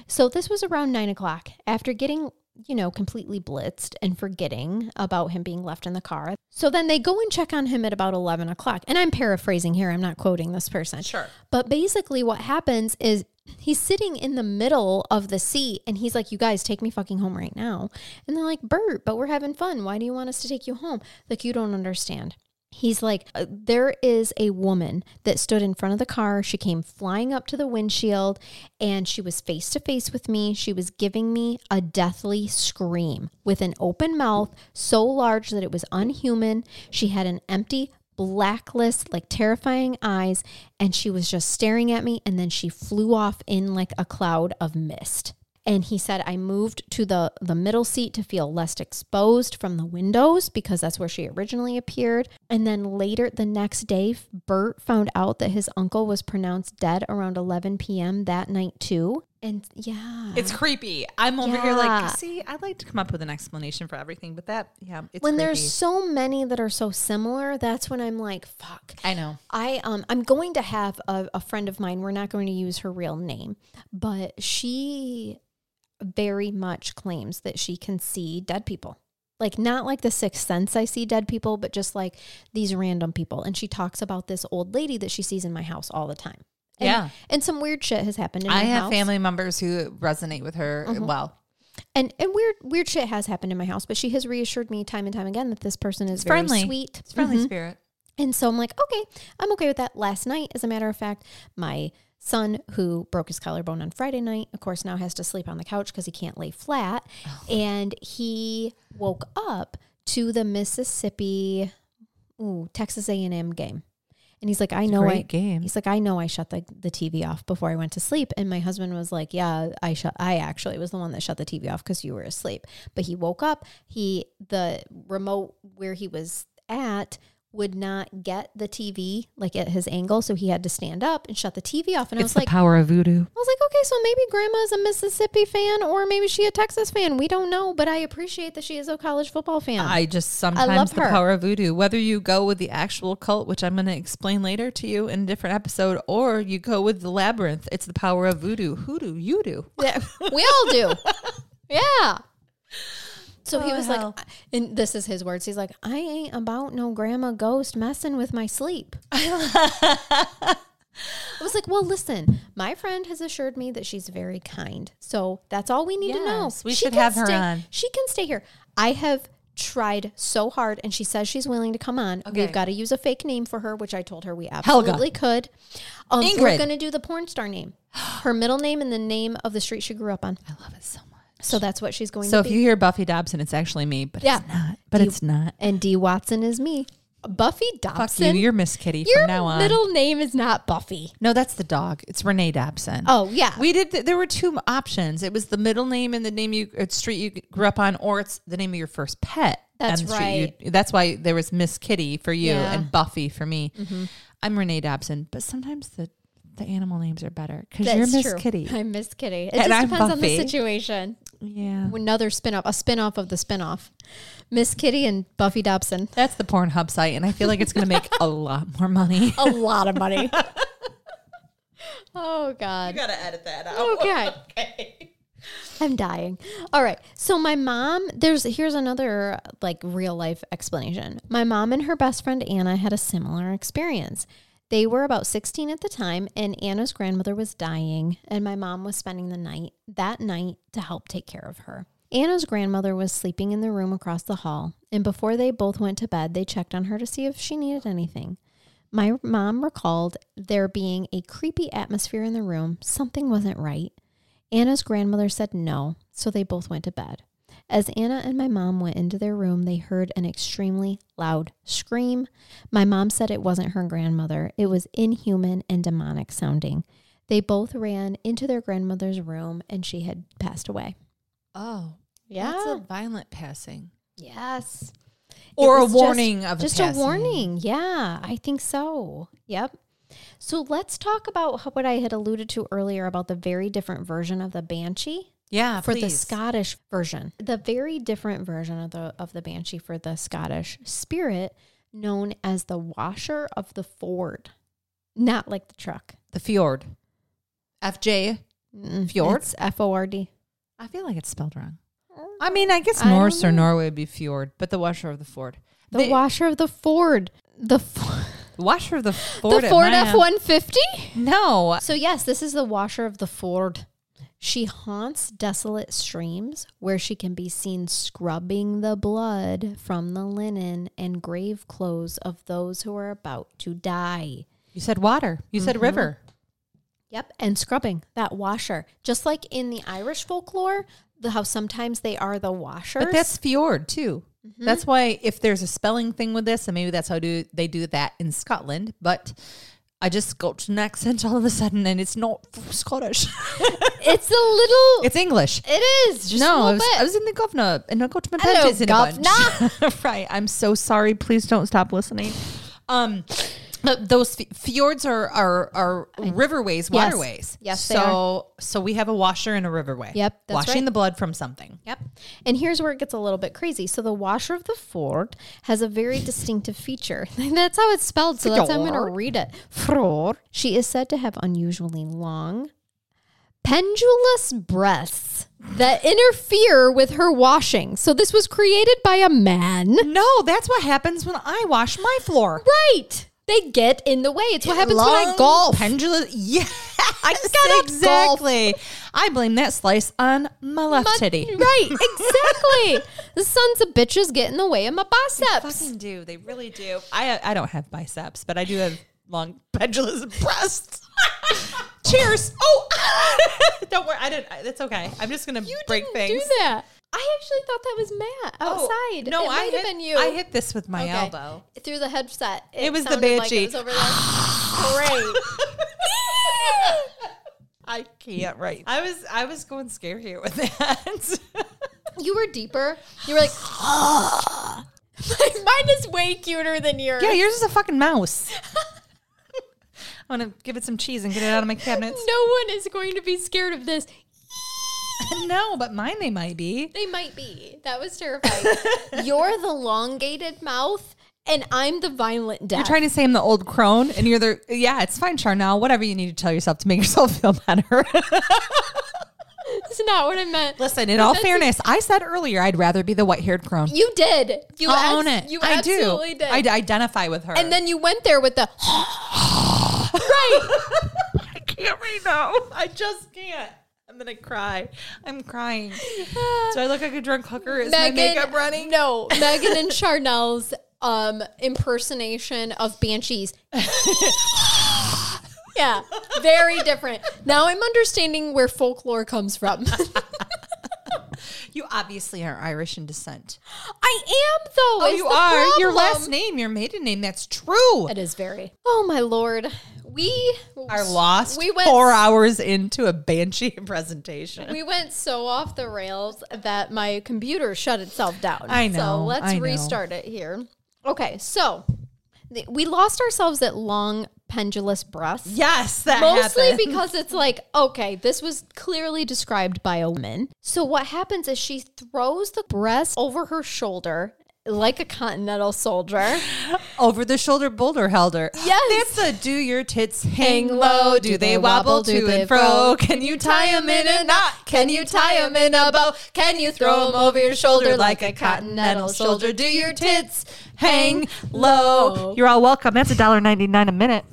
[SPEAKER 1] So this was around nine o'clock. After getting, you know, completely blitzed and forgetting about him being left in the car. So then they go and check on him at about eleven o'clock. And I'm paraphrasing here. I'm not quoting this person.
[SPEAKER 3] Sure.
[SPEAKER 1] But basically, what happens is he's sitting in the middle of the seat, and he's like, "You guys, take me fucking home right now." And they're like, "Bert, but we're having fun. Why do you want us to take you home?" Like, you don't understand. He's like, uh, there is a woman that stood in front of the car. She came flying up to the windshield and she was face to face with me. She was giving me a deathly scream with an open mouth so large that it was unhuman. She had an empty, blacklist, like terrifying eyes, and she was just staring at me. And then she flew off in like a cloud of mist. And he said, I moved to the, the middle seat to feel less exposed from the windows because that's where she originally appeared. And then later the next day, Bert found out that his uncle was pronounced dead around 11 p.m. that night, too. And yeah.
[SPEAKER 2] It's creepy. I'm over here
[SPEAKER 1] Yeah.
[SPEAKER 2] like, see, I like to come up with an explanation for everything, but that, yeah, it's
[SPEAKER 1] when
[SPEAKER 2] creepy.
[SPEAKER 1] there's so many that are so similar, that's when I'm like, fuck.
[SPEAKER 3] I know.
[SPEAKER 1] I um I'm going to have a, a friend of mine. We're not going to use her real name, but she very much claims that she can see dead people. Like not like the sixth sense I see dead people, but just like these random people. And she talks about this old lady that she sees in my house all the time. And,
[SPEAKER 3] Yeah.
[SPEAKER 1] And some weird shit has happened in
[SPEAKER 3] I
[SPEAKER 1] my
[SPEAKER 3] have
[SPEAKER 1] house.
[SPEAKER 3] family members who resonate with her
[SPEAKER 1] Mm-hmm.
[SPEAKER 3] well.
[SPEAKER 1] And and weird weird shit has happened in my house, but she has reassured me time and time again that this person is very
[SPEAKER 3] friendly.
[SPEAKER 1] sweet.
[SPEAKER 3] It's friendly spirit.
[SPEAKER 1] And so I'm like, okay, I'm okay with that. Last night, as a matter of fact, my son, who broke his collarbone on Friday night, of course, now has to sleep on the couch because he can't lay flat. And he woke up to the Mississippi, ooh, Texas A&M game. And he's like, I know I,
[SPEAKER 3] Great game.
[SPEAKER 1] He's like, I know I shut the, the TV off before I went to sleep. And my husband was like, Yeah, I shut I actually was the one that shut the TV off because you were asleep. But he woke up, he the remote where he was at would not get the TV like at his angle. So he had to stand up and shut the TV off. And I was like,
[SPEAKER 2] power of voodoo.
[SPEAKER 1] I was like, okay, so maybe grandma's a Mississippi fan or maybe she a Texas fan. We don't know, but I appreciate that she is a college football fan.
[SPEAKER 2] I just sometimes
[SPEAKER 1] love
[SPEAKER 2] the
[SPEAKER 1] her.
[SPEAKER 2] power of voodoo. Whether you go with the actual cult, which I'm going to explain later to you in a different episode, or you go with the labyrinth, it's the power of voodoo. Hoodoo, you do.
[SPEAKER 1] Yeah, we all do. Yeah. So he
[SPEAKER 2] Oh,
[SPEAKER 1] was
[SPEAKER 2] hell.
[SPEAKER 1] like, and this is his words. He's like, I ain't about no grandma ghost messing with my sleep. I was like, well, listen, my friend has assured me that she's very kind. So that's all we need to know.
[SPEAKER 2] Yes, we should have her
[SPEAKER 1] stay,
[SPEAKER 2] on.
[SPEAKER 1] She can stay here. I have tried so hard and she says she's willing to come on. We've
[SPEAKER 2] Okay.
[SPEAKER 1] got to use a fake name for her, which I told her we absolutely could. Um, We're
[SPEAKER 2] Ingrid.
[SPEAKER 1] going to do the porn star name, her middle name, and the name of the street she grew up on.
[SPEAKER 2] I love it so much.
[SPEAKER 1] So that's what she's going
[SPEAKER 2] So
[SPEAKER 1] to
[SPEAKER 2] if
[SPEAKER 1] be.
[SPEAKER 2] you hear Buffy Dobson, it's actually me, but
[SPEAKER 1] Yeah.
[SPEAKER 2] it's not. But it's not.
[SPEAKER 1] and Dee Watson is me. Buffy
[SPEAKER 2] Fuck
[SPEAKER 1] Dobson.
[SPEAKER 2] you. You're Miss Kitty
[SPEAKER 1] Your
[SPEAKER 2] from now on.
[SPEAKER 1] middle name is not Buffy.
[SPEAKER 2] no, that's the dog. It's Renee Dobson.
[SPEAKER 1] Oh yeah.
[SPEAKER 2] We did. Th- there were two m- options. It was the middle name and the name you uh, street you g- grew up on, or it's the name of your first pet.
[SPEAKER 1] That's
[SPEAKER 2] on the street you- that's why there was Miss Kitty for you
[SPEAKER 1] Yeah. Mm-hmm.
[SPEAKER 2] and Buffy for me. I'm Renee Dobson, but sometimes the the animal names are better because you're
[SPEAKER 1] That's
[SPEAKER 2] Miss
[SPEAKER 1] true.
[SPEAKER 2] Kitty.
[SPEAKER 1] I'm Miss Kitty. It
[SPEAKER 2] And
[SPEAKER 1] just
[SPEAKER 2] I'm
[SPEAKER 1] depends on the
[SPEAKER 2] Buffy.
[SPEAKER 1] situation.
[SPEAKER 2] Yeah,
[SPEAKER 1] Another spin-off, a spin-off of the spin-off. Miss Kitty and Buffy Dobson.
[SPEAKER 2] that's the Pornhub site, and I feel like it's going to make a lot more money.
[SPEAKER 1] A lot of money. oh God.
[SPEAKER 2] gotta edit that out.
[SPEAKER 1] Okay. I'm dying. All right. So my mom, there's here's another like real life explanation. My mom and her best friend Anna had a similar experience. They were about 16 at the time, and Anna's grandmother was dying, and my mom was spending the night that night to help take care of her. Anna's grandmother was sleeping in the room across the hall, and before they both went to bed, they checked on her to see if she needed anything. My mom recalled there being a creepy atmosphere in the room. Something wasn't right. Anna's grandmother said no, so they both went to bed. As Anna and my mom went into their room, they heard an extremely loud scream. My mom said it wasn't her grandmother, it was inhuman and demonic sounding. They both ran into their grandmother's room and she had passed away.
[SPEAKER 3] Oh,
[SPEAKER 1] Yeah.
[SPEAKER 3] violent passing
[SPEAKER 1] yes.
[SPEAKER 2] or a
[SPEAKER 1] was just-
[SPEAKER 2] warning of
[SPEAKER 1] Just a
[SPEAKER 2] passing.
[SPEAKER 1] warning. Yeah, I think so. Yep. So let's talk about how- what I had alluded to earlier about the very different version of the banshee.
[SPEAKER 2] Uh,
[SPEAKER 3] Yeah,
[SPEAKER 1] for the
[SPEAKER 3] please.
[SPEAKER 1] Scottish version. The very different version of the of the banshee for the Scottish spirit known as the washer of the ford. Not like the truck.
[SPEAKER 2] The fjord.
[SPEAKER 3] FJ.
[SPEAKER 1] Mm,
[SPEAKER 2] Fjord?
[SPEAKER 1] It's F O R D.
[SPEAKER 2] I feel like it's spelled wrong. I mean, I guess
[SPEAKER 1] I don't
[SPEAKER 2] Norse or
[SPEAKER 1] know.
[SPEAKER 2] Norway would be fjord, but the washer of the ford.
[SPEAKER 1] The
[SPEAKER 2] They-
[SPEAKER 1] washer of the ford. The f-
[SPEAKER 2] The washer of the
[SPEAKER 1] the
[SPEAKER 2] ford. at
[SPEAKER 1] Ford
[SPEAKER 2] my-
[SPEAKER 1] F one fifty.
[SPEAKER 2] No,
[SPEAKER 1] So yes, this is the washer of the ford. She haunts desolate streams where she can be seen scrubbing the blood from the linen and grave clothes of those who are about to die.
[SPEAKER 2] you said water. You
[SPEAKER 1] Mm-hmm.
[SPEAKER 2] said river.
[SPEAKER 1] Yep, and scrubbing that washer, just like in the Irish folklore, the, how sometimes they are the washers.
[SPEAKER 2] But that's fjord too.
[SPEAKER 1] Mm-hmm.
[SPEAKER 2] That's why if there's a spelling thing with this, and maybe that's how do they do that in Scotland. But I just got an accent all of a sudden, and it's not Scottish.
[SPEAKER 1] it's a little.
[SPEAKER 2] it's English.
[SPEAKER 1] it is just
[SPEAKER 2] no,
[SPEAKER 1] a
[SPEAKER 2] I was,
[SPEAKER 1] little
[SPEAKER 2] I
[SPEAKER 1] bit.
[SPEAKER 2] was in the governor, and I got my
[SPEAKER 1] Hello,
[SPEAKER 2] panties in a bunch.
[SPEAKER 1] governor.
[SPEAKER 2] right. I'm so sorry. Please don't stop listening. Um, but those f- fjords are are are riverways, waterways.
[SPEAKER 1] Yes,
[SPEAKER 2] So
[SPEAKER 1] they
[SPEAKER 2] so we have a washer and a riverway.
[SPEAKER 1] Yep, that's
[SPEAKER 2] washing
[SPEAKER 1] right.
[SPEAKER 2] the blood from something.
[SPEAKER 1] Yep. And here's where it gets a little bit crazy. So the washer of the ford has a very distinctive feature. that's how it's spelled. So that's how I'm going to
[SPEAKER 2] Fjord.
[SPEAKER 1] read it. Fjord. She is said to have unusually long, pendulous breasts that interfere with her washing. So this was created by a man.
[SPEAKER 2] No, that's what happens when I wash my floor.
[SPEAKER 1] Right. They get in the way. It's what happens when I golf.
[SPEAKER 2] Pendulum. Yeah. I
[SPEAKER 1] gotta
[SPEAKER 2] exactly. I blame that slice on my left
[SPEAKER 1] My-
[SPEAKER 2] titty.
[SPEAKER 1] Right, exactly. the sons of bitches get in the way of my biceps.
[SPEAKER 2] Fucking do. They really do. I I don't have biceps, but I do have long pendulous breasts. Cheers. Oh, don't worry. I didn't. I- That's okay. I'm just gonna break
[SPEAKER 1] didn't
[SPEAKER 2] things.
[SPEAKER 1] Do that. I actually thought that was Matt
[SPEAKER 2] Oh,
[SPEAKER 1] outside.
[SPEAKER 2] no,
[SPEAKER 1] it
[SPEAKER 2] I
[SPEAKER 1] might
[SPEAKER 2] hit,
[SPEAKER 1] have been you.
[SPEAKER 2] I hit this with my
[SPEAKER 1] Okay.
[SPEAKER 2] elbow.
[SPEAKER 1] through the headset.
[SPEAKER 2] It was the
[SPEAKER 1] sounded like
[SPEAKER 2] banshee.
[SPEAKER 1] it was over there. Great.
[SPEAKER 2] I can't write. I was I was going scarier with that.
[SPEAKER 1] You were deeper. You were like. Mine is way cuter than yours.
[SPEAKER 2] Yeah, yours is a fucking mouse. I'm gonna give it some cheese and get it out of my cabinets.
[SPEAKER 1] No one is going to be scared of this.
[SPEAKER 2] no, but mine they might be.
[SPEAKER 1] They might be. That was terrifying. you're the elongated mouth, and I'm the violent death.
[SPEAKER 2] You're trying to say I'm the old crone, and you're the yeah. It's fine, Charnel. Whatever you need to tell yourself to make yourself feel better.
[SPEAKER 1] That's not what I meant.
[SPEAKER 2] Listen, in all fairness, I said earlier I'd rather be the white-haired crone.
[SPEAKER 1] You did. You
[SPEAKER 2] I
[SPEAKER 1] abs-
[SPEAKER 2] own it.
[SPEAKER 1] You
[SPEAKER 2] I do.
[SPEAKER 1] absolutely did.
[SPEAKER 2] I d- identify with her.
[SPEAKER 1] and then you went there with the right.
[SPEAKER 2] I can't right now. I just can't. I'm gonna cry. I'm crying. Do I look like a drunk hooker? Is my makeup running?
[SPEAKER 1] No, Megan and Charnel's um, impersonation of banshees. yeah, very different. Now I'm understanding where folklore comes from.
[SPEAKER 2] You obviously are Irish in descent.
[SPEAKER 1] I am though.
[SPEAKER 2] Oh,
[SPEAKER 1] is
[SPEAKER 2] you
[SPEAKER 1] the
[SPEAKER 2] are your
[SPEAKER 1] problem.
[SPEAKER 2] last name, your maiden name. That's true.
[SPEAKER 1] It is very. Oh my lord, we
[SPEAKER 2] Are lost
[SPEAKER 1] We went
[SPEAKER 2] four hours into a banshee presentation.
[SPEAKER 1] We went so off the rails that my computer shut itself down.
[SPEAKER 2] I know,
[SPEAKER 1] So let's
[SPEAKER 2] I know.
[SPEAKER 1] restart it here. Okay, so th- we lost ourselves at long pendulous breasts.
[SPEAKER 2] yes, that
[SPEAKER 1] Mostly
[SPEAKER 2] happened.
[SPEAKER 1] because it's like, okay, this was clearly described by a woman. So what happens is she throws the breast over her shoulder, like a continental soldier.
[SPEAKER 2] Over the shoulder boulder helder.
[SPEAKER 1] Yes.
[SPEAKER 2] That's a do your tits hang low. Do they wobble to and fro? Can you tie 'em in a knot? Can you tie 'em in a bow? Can you throw 'em over your shoulder like a continental soldier? Do your tits hang low?
[SPEAKER 5] You're all welcome. That's $1.99 a minute.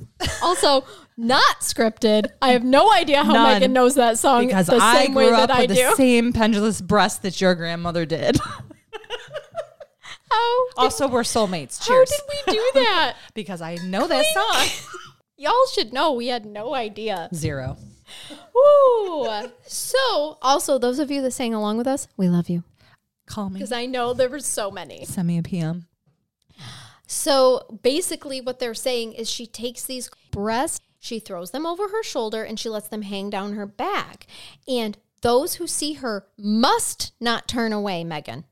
[SPEAKER 1] also, not scripted. I have no idea how
[SPEAKER 2] None.
[SPEAKER 1] Megan knows that song
[SPEAKER 2] Because
[SPEAKER 1] the
[SPEAKER 2] I
[SPEAKER 1] same way
[SPEAKER 2] grew
[SPEAKER 1] that
[SPEAKER 2] up
[SPEAKER 1] I
[SPEAKER 2] with
[SPEAKER 1] do.
[SPEAKER 2] the same pendulous breast that your grandmother did.
[SPEAKER 1] How,
[SPEAKER 2] also, we're soulmates.
[SPEAKER 1] how
[SPEAKER 2] Cheers.
[SPEAKER 1] did we do that?
[SPEAKER 2] Because I know that song.
[SPEAKER 1] Y'all should know we had no idea.
[SPEAKER 2] Zero.
[SPEAKER 1] Woo! so, also, those of you that sang along with us, we love you.
[SPEAKER 2] Call me.
[SPEAKER 1] Because I know there were so many.
[SPEAKER 2] Send me a PM.
[SPEAKER 1] So basically, what they're saying is she takes these breasts, she throws them over her shoulder, and she lets them hang down her back. And those who see her must not turn away, Megan.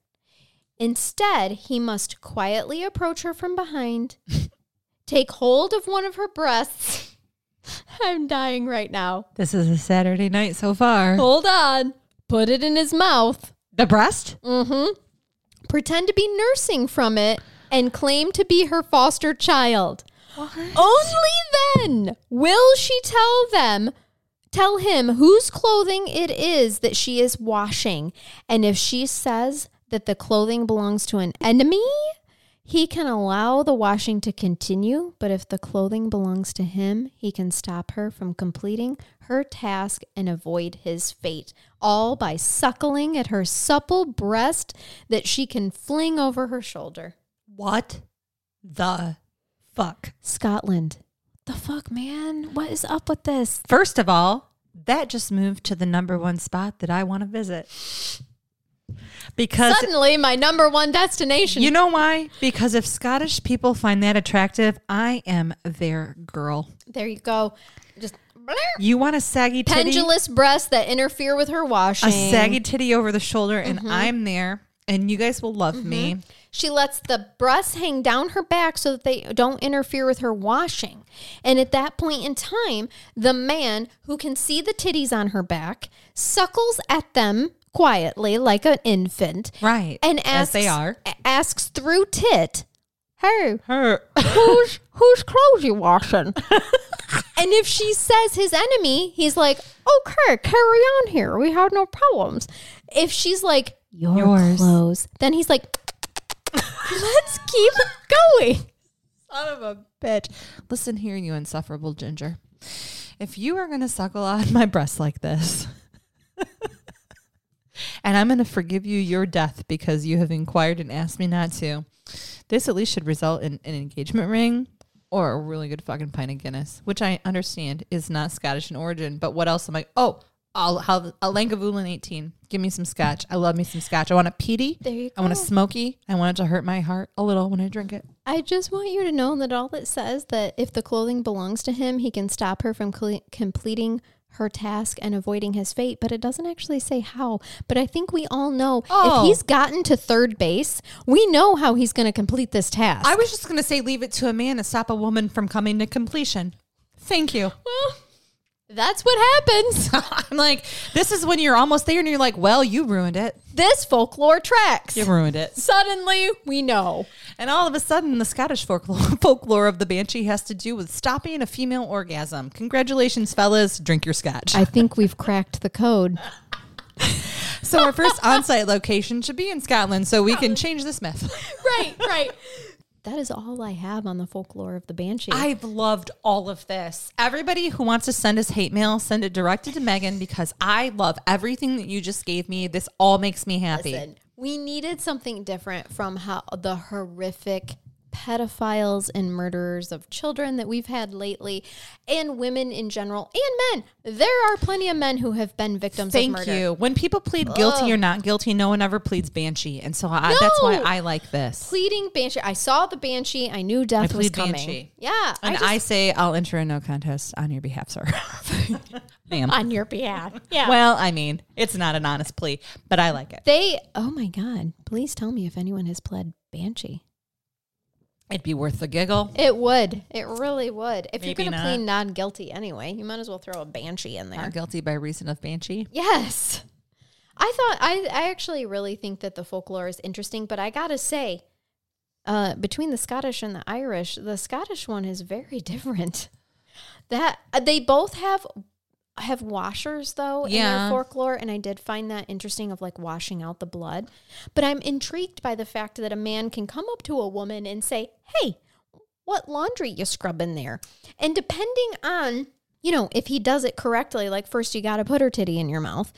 [SPEAKER 1] Instead, he must quietly approach her from behind, take hold of one of her breasts. I'm dying right now.
[SPEAKER 2] This is a Saturday night so far.
[SPEAKER 1] Hold on. Put it in his mouth.
[SPEAKER 2] The breast?
[SPEAKER 1] pretend to be nursing from it, and claim to be her foster child. Only then will she tell them, tell him whose clothing it is that she is washing. And if she says that the clothing belongs to an enemy, he can allow the washing to continue, but if the clothing belongs to him, he can stop her from completing her task and avoid his fate, all by suckling at her supple breast that she can fling over her shoulder.
[SPEAKER 2] What the fuck?
[SPEAKER 1] Scotland. The fuck, man? What is up with this?
[SPEAKER 2] First of all, that just moved to the number one spot that I want to visit. Because
[SPEAKER 1] Suddenly, my number one destination.
[SPEAKER 2] you know why? Because if Scottish people find that attractive, I am their girl.
[SPEAKER 1] there you go. Just
[SPEAKER 2] You want a saggy titty?
[SPEAKER 1] pendulous breasts that interfere with her washing.
[SPEAKER 2] A saggy titty over the shoulder, and
[SPEAKER 1] Mm-hmm.
[SPEAKER 2] I'm there, and you guys will love me.
[SPEAKER 1] She lets the breasts hang down her back so that they don't interfere with her washing. And at that point in time, the man who can see the titties on her back suckles at them quietly like an infant.
[SPEAKER 2] Right.
[SPEAKER 1] And
[SPEAKER 2] as
[SPEAKER 1] asks,
[SPEAKER 2] they are.
[SPEAKER 1] asks through tit, hey,
[SPEAKER 2] Her.
[SPEAKER 1] who's, whose clothes you washing? and if she says his enemy, he's like, okay, carry on here. We have no problems. If she's like, your
[SPEAKER 2] Yours.
[SPEAKER 1] clothes, then he's like, let's keep going.
[SPEAKER 2] Son of a bitch. Listen here, you insufferable ginger. If you are going to suckle on my breast like this, and I'm going to forgive you your death because you have inquired and asked me not to, this at least should result in an engagement ring or a really good fucking pint of Guinness, which I understand is not Scottish in origin. But what else am I? Oh, I'll have a Langavulin 18. Give me some scotch. I love me some scotch. I want a peaty.
[SPEAKER 1] There you
[SPEAKER 2] I want a
[SPEAKER 1] go.
[SPEAKER 2] smoky. I want it to hurt my heart a little when I drink it.
[SPEAKER 1] I just want you to know that all it says that if the clothing belongs to him, he can stop her from cle completing her task and avoiding his fate, but it doesn't actually say how. But I think we all know
[SPEAKER 2] Oh.
[SPEAKER 1] if he's gotten to third base, we know how he's going to complete this task.
[SPEAKER 2] I was just going to say, leave it to a man to stop a woman from coming to completion. Thank you.
[SPEAKER 1] well, that's what happens.
[SPEAKER 2] I'm like, this is when you're almost there and you're like, well, you ruined it.
[SPEAKER 1] this folklore tracks.
[SPEAKER 2] ruined it.
[SPEAKER 1] Suddenly, we know.
[SPEAKER 2] And all of a sudden, the Scottish folklore, folklore of the banshee has to do with stopping a female orgasm. Congratulations, fellas. Drink your scotch.
[SPEAKER 1] I think we've cracked the code.
[SPEAKER 2] so, our first on site location should be in Scotland so we can change this myth.
[SPEAKER 1] right, right. That is all I have on the folklore of the banshee.
[SPEAKER 2] I've loved all of this. Everybody who wants to send us hate mail, send it directed to Megan because I love everything that you just gave me. This all makes me happy.
[SPEAKER 1] Listen, we needed something different from how the horrific pedophiles and murderers of children that we've had lately and women in general and men. There are plenty of men who have been victims of
[SPEAKER 2] Thank
[SPEAKER 1] murder.
[SPEAKER 2] you. When people plead guilty or not guilty, no one ever pleads banshee, and so I, that's why
[SPEAKER 1] No.
[SPEAKER 2] I like this.
[SPEAKER 1] Pleading banshee. I saw the banshee. I knew death was
[SPEAKER 2] plead
[SPEAKER 1] coming.
[SPEAKER 2] banshee.
[SPEAKER 1] Yeah.
[SPEAKER 2] and I,
[SPEAKER 1] just-
[SPEAKER 2] say I'll enter a no contest on your behalf, sir. Ma'am.
[SPEAKER 1] on your behalf. Yeah.
[SPEAKER 2] Well, I mean, it's not an honest plea, but I like it.
[SPEAKER 1] they oh my God. Please tell me if anyone has pled banshee.
[SPEAKER 2] It'd be worth the giggle.
[SPEAKER 1] It would. It really would. If
[SPEAKER 2] Maybe
[SPEAKER 1] you're gonna
[SPEAKER 2] not.
[SPEAKER 1] plead non guilty anyway, you might as well throw a banshee in there.
[SPEAKER 2] Not guilty by reason of banshee.
[SPEAKER 1] Yes. I thought I I actually really think that the folklore is interesting, but I got to say, uh, between the Scottish and the Irish, the Scottish one is very different. That uh, they both have have washers though in
[SPEAKER 2] Yeah.
[SPEAKER 1] their folklore, and I did find that interesting of like washing out the blood. But I'm intrigued by the fact that a man can come up to a woman and say, "Hey, what laundry you scrubbing there?" And depending on you know if he does it correctly, like first you got to put her titty in your mouth.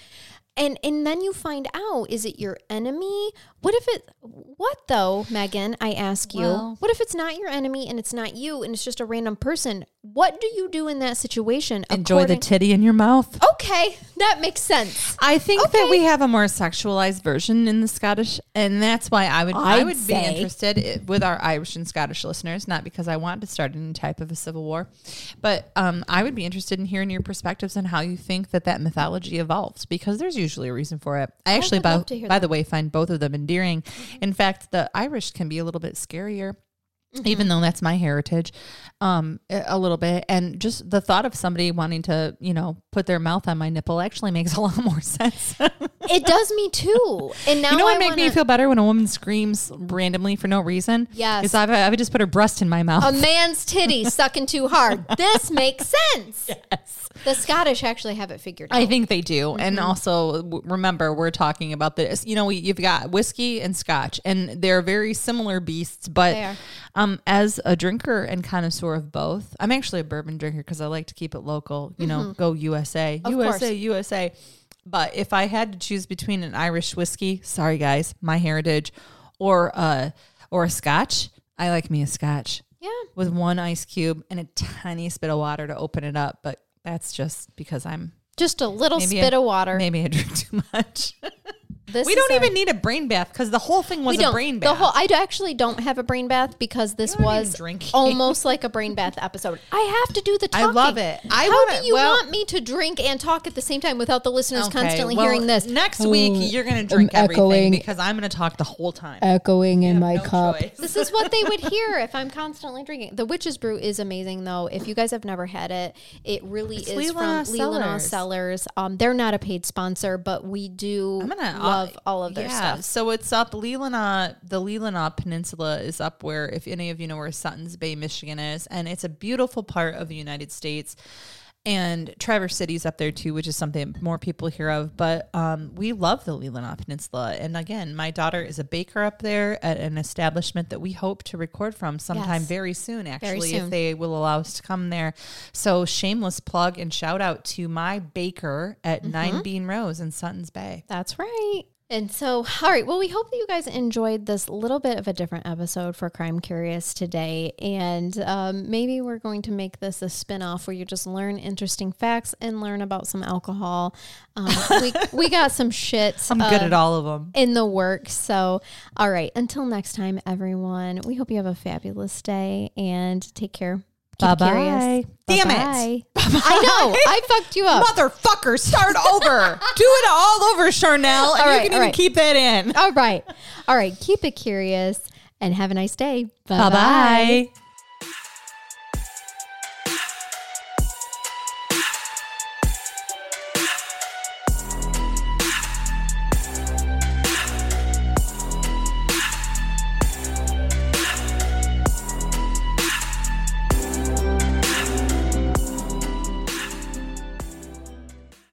[SPEAKER 1] And, and then you find out is it your enemy? What if it what though, Megan? I ask you.
[SPEAKER 2] Well-
[SPEAKER 1] what if it's not your enemy and it's not you and it's just a random person? What do you do in that situation?
[SPEAKER 2] Enjoy the
[SPEAKER 1] according-
[SPEAKER 2] titty in your mouth.
[SPEAKER 1] Okay, that makes sense.
[SPEAKER 2] I think
[SPEAKER 1] Okay.
[SPEAKER 2] that we have a more sexualized version in the Scottish, and that's why I would i
[SPEAKER 1] I'd
[SPEAKER 2] would
[SPEAKER 1] say.
[SPEAKER 2] be interested i- with our Irish and Scottish listeners, not because I want to start any type of a civil war, but um, I would be interested in hearing your perspectives on how you think that that mythology evolves, because there's usually a reason for it. I actually,
[SPEAKER 1] would
[SPEAKER 2] by,
[SPEAKER 1] love to hear Mm-hmm.
[SPEAKER 2] by the way, find both of them endearing. In fact, the Irish can be a little bit scarier
[SPEAKER 1] Mm-hmm.
[SPEAKER 2] even though that's my heritage um a a little bit and just the thought of somebody wanting to you know put their mouth on my nipple actually makes a lot more sense
[SPEAKER 1] It does me too. And now
[SPEAKER 2] you know
[SPEAKER 1] I
[SPEAKER 2] what make me
[SPEAKER 1] wanna-
[SPEAKER 2] feel better when a woman screams randomly for no reason
[SPEAKER 1] Yes. Oh,
[SPEAKER 2] is i've, I've just put her breast in my mouth
[SPEAKER 1] a man's titty sucking too hard. This makes sense. Yes. The Scottish actually have it figured out.
[SPEAKER 2] I think they do, and
[SPEAKER 1] Mm-hmm.
[SPEAKER 2] also w- remember we're talking about this. You know, we, you've got whiskey and scotch, and they're very similar beasts.
[SPEAKER 1] They are.
[SPEAKER 2] But um, as a drinker and connoisseur of both, I'm actually a bourbon drinker because I like to keep it local. You know, go USA,
[SPEAKER 1] Mm-hmm. Of
[SPEAKER 2] USA,
[SPEAKER 1] course.
[SPEAKER 2] USA. But if I had to choose between an Irish whiskey, sorry guys, my heritage, or uh, or a scotch, I like me a scotch
[SPEAKER 1] yeah.
[SPEAKER 2] with one ice cube and a tiniest bit of water to open it up. But that's just because I'm
[SPEAKER 1] Just a little
[SPEAKER 2] Maybe
[SPEAKER 1] spit
[SPEAKER 2] I-
[SPEAKER 1] of water.
[SPEAKER 2] Maybe I drink too much.
[SPEAKER 1] This
[SPEAKER 2] we
[SPEAKER 1] is
[SPEAKER 2] don't
[SPEAKER 1] a-
[SPEAKER 2] even need a brain bath because the whole thing was
[SPEAKER 1] we don't.
[SPEAKER 2] a brain
[SPEAKER 1] The
[SPEAKER 2] bath.
[SPEAKER 1] whole, I d- actually don't have a brain bath because this
[SPEAKER 2] You're not even
[SPEAKER 1] was
[SPEAKER 2] drinking.
[SPEAKER 1] almost like a brain bath episode. I have to do the
[SPEAKER 2] I
[SPEAKER 1] talking.
[SPEAKER 2] love it. I
[SPEAKER 1] How
[SPEAKER 2] wanna-
[SPEAKER 1] do you
[SPEAKER 2] well-
[SPEAKER 1] want me to drink and talk at the same time without the listeners
[SPEAKER 2] Okay,
[SPEAKER 1] constantly
[SPEAKER 2] well,
[SPEAKER 1] hearing this?
[SPEAKER 2] Next week, you're going to drink everything
[SPEAKER 1] echoing.
[SPEAKER 2] because I'm going to talk the whole time.
[SPEAKER 1] Echoing in my
[SPEAKER 2] No choice.
[SPEAKER 1] This is what they would hear if I'm constantly drinking. The witch's brew is amazing, though. If you guys have never had it, it really is
[SPEAKER 2] Leelanau
[SPEAKER 1] from Leelanau
[SPEAKER 2] Cellars.
[SPEAKER 1] Cellars. Um, they're not a paid sponsor, but we do
[SPEAKER 2] I'm gonna uh,
[SPEAKER 1] love all of their
[SPEAKER 2] yeah,
[SPEAKER 1] stuff.
[SPEAKER 2] So it's up Leelanau. The Leelanau Peninsula is up where, if any of you know where Suttons Bay, Michigan is, and it's a beautiful part of the United States. And Traverse City's up there too, which is something more people hear of. But um, we love the Leelanau Peninsula. And again, my daughter is a baker up there at an establishment that we hope to record from sometime
[SPEAKER 1] Yes.
[SPEAKER 2] very soon, actually,
[SPEAKER 1] soon.
[SPEAKER 2] if they will allow us to come there. So, shameless plug and shout out to my baker at
[SPEAKER 1] Mm-hmm.
[SPEAKER 2] Nine Bean Rose in Suttons Bay.
[SPEAKER 1] That's right. And so, all right. Well, we hope that you guys enjoyed this little bit of a different episode for Crime Curious today. And um, maybe we're going to make this a spin off where you just learn interesting facts and learn about some alcohol. Um, we, we got some shit. uh,
[SPEAKER 2] I'm good
[SPEAKER 1] Um,
[SPEAKER 2] at all of them.
[SPEAKER 1] in the works. So, all right. Until next time, everyone, we hope you have a fabulous day and take care.
[SPEAKER 2] Bye
[SPEAKER 1] Keep
[SPEAKER 2] bye.
[SPEAKER 1] curious.
[SPEAKER 2] Damn it.
[SPEAKER 1] Bye-bye. I know. I fucked you up.
[SPEAKER 2] Motherfucker, start over. Do it all over, Charnel. And
[SPEAKER 1] All right,
[SPEAKER 2] you can
[SPEAKER 1] all
[SPEAKER 2] even
[SPEAKER 1] right.
[SPEAKER 2] keep that in.
[SPEAKER 1] All right. All right. Keep it curious and have a nice day. Bye-bye.
[SPEAKER 2] Bye bye.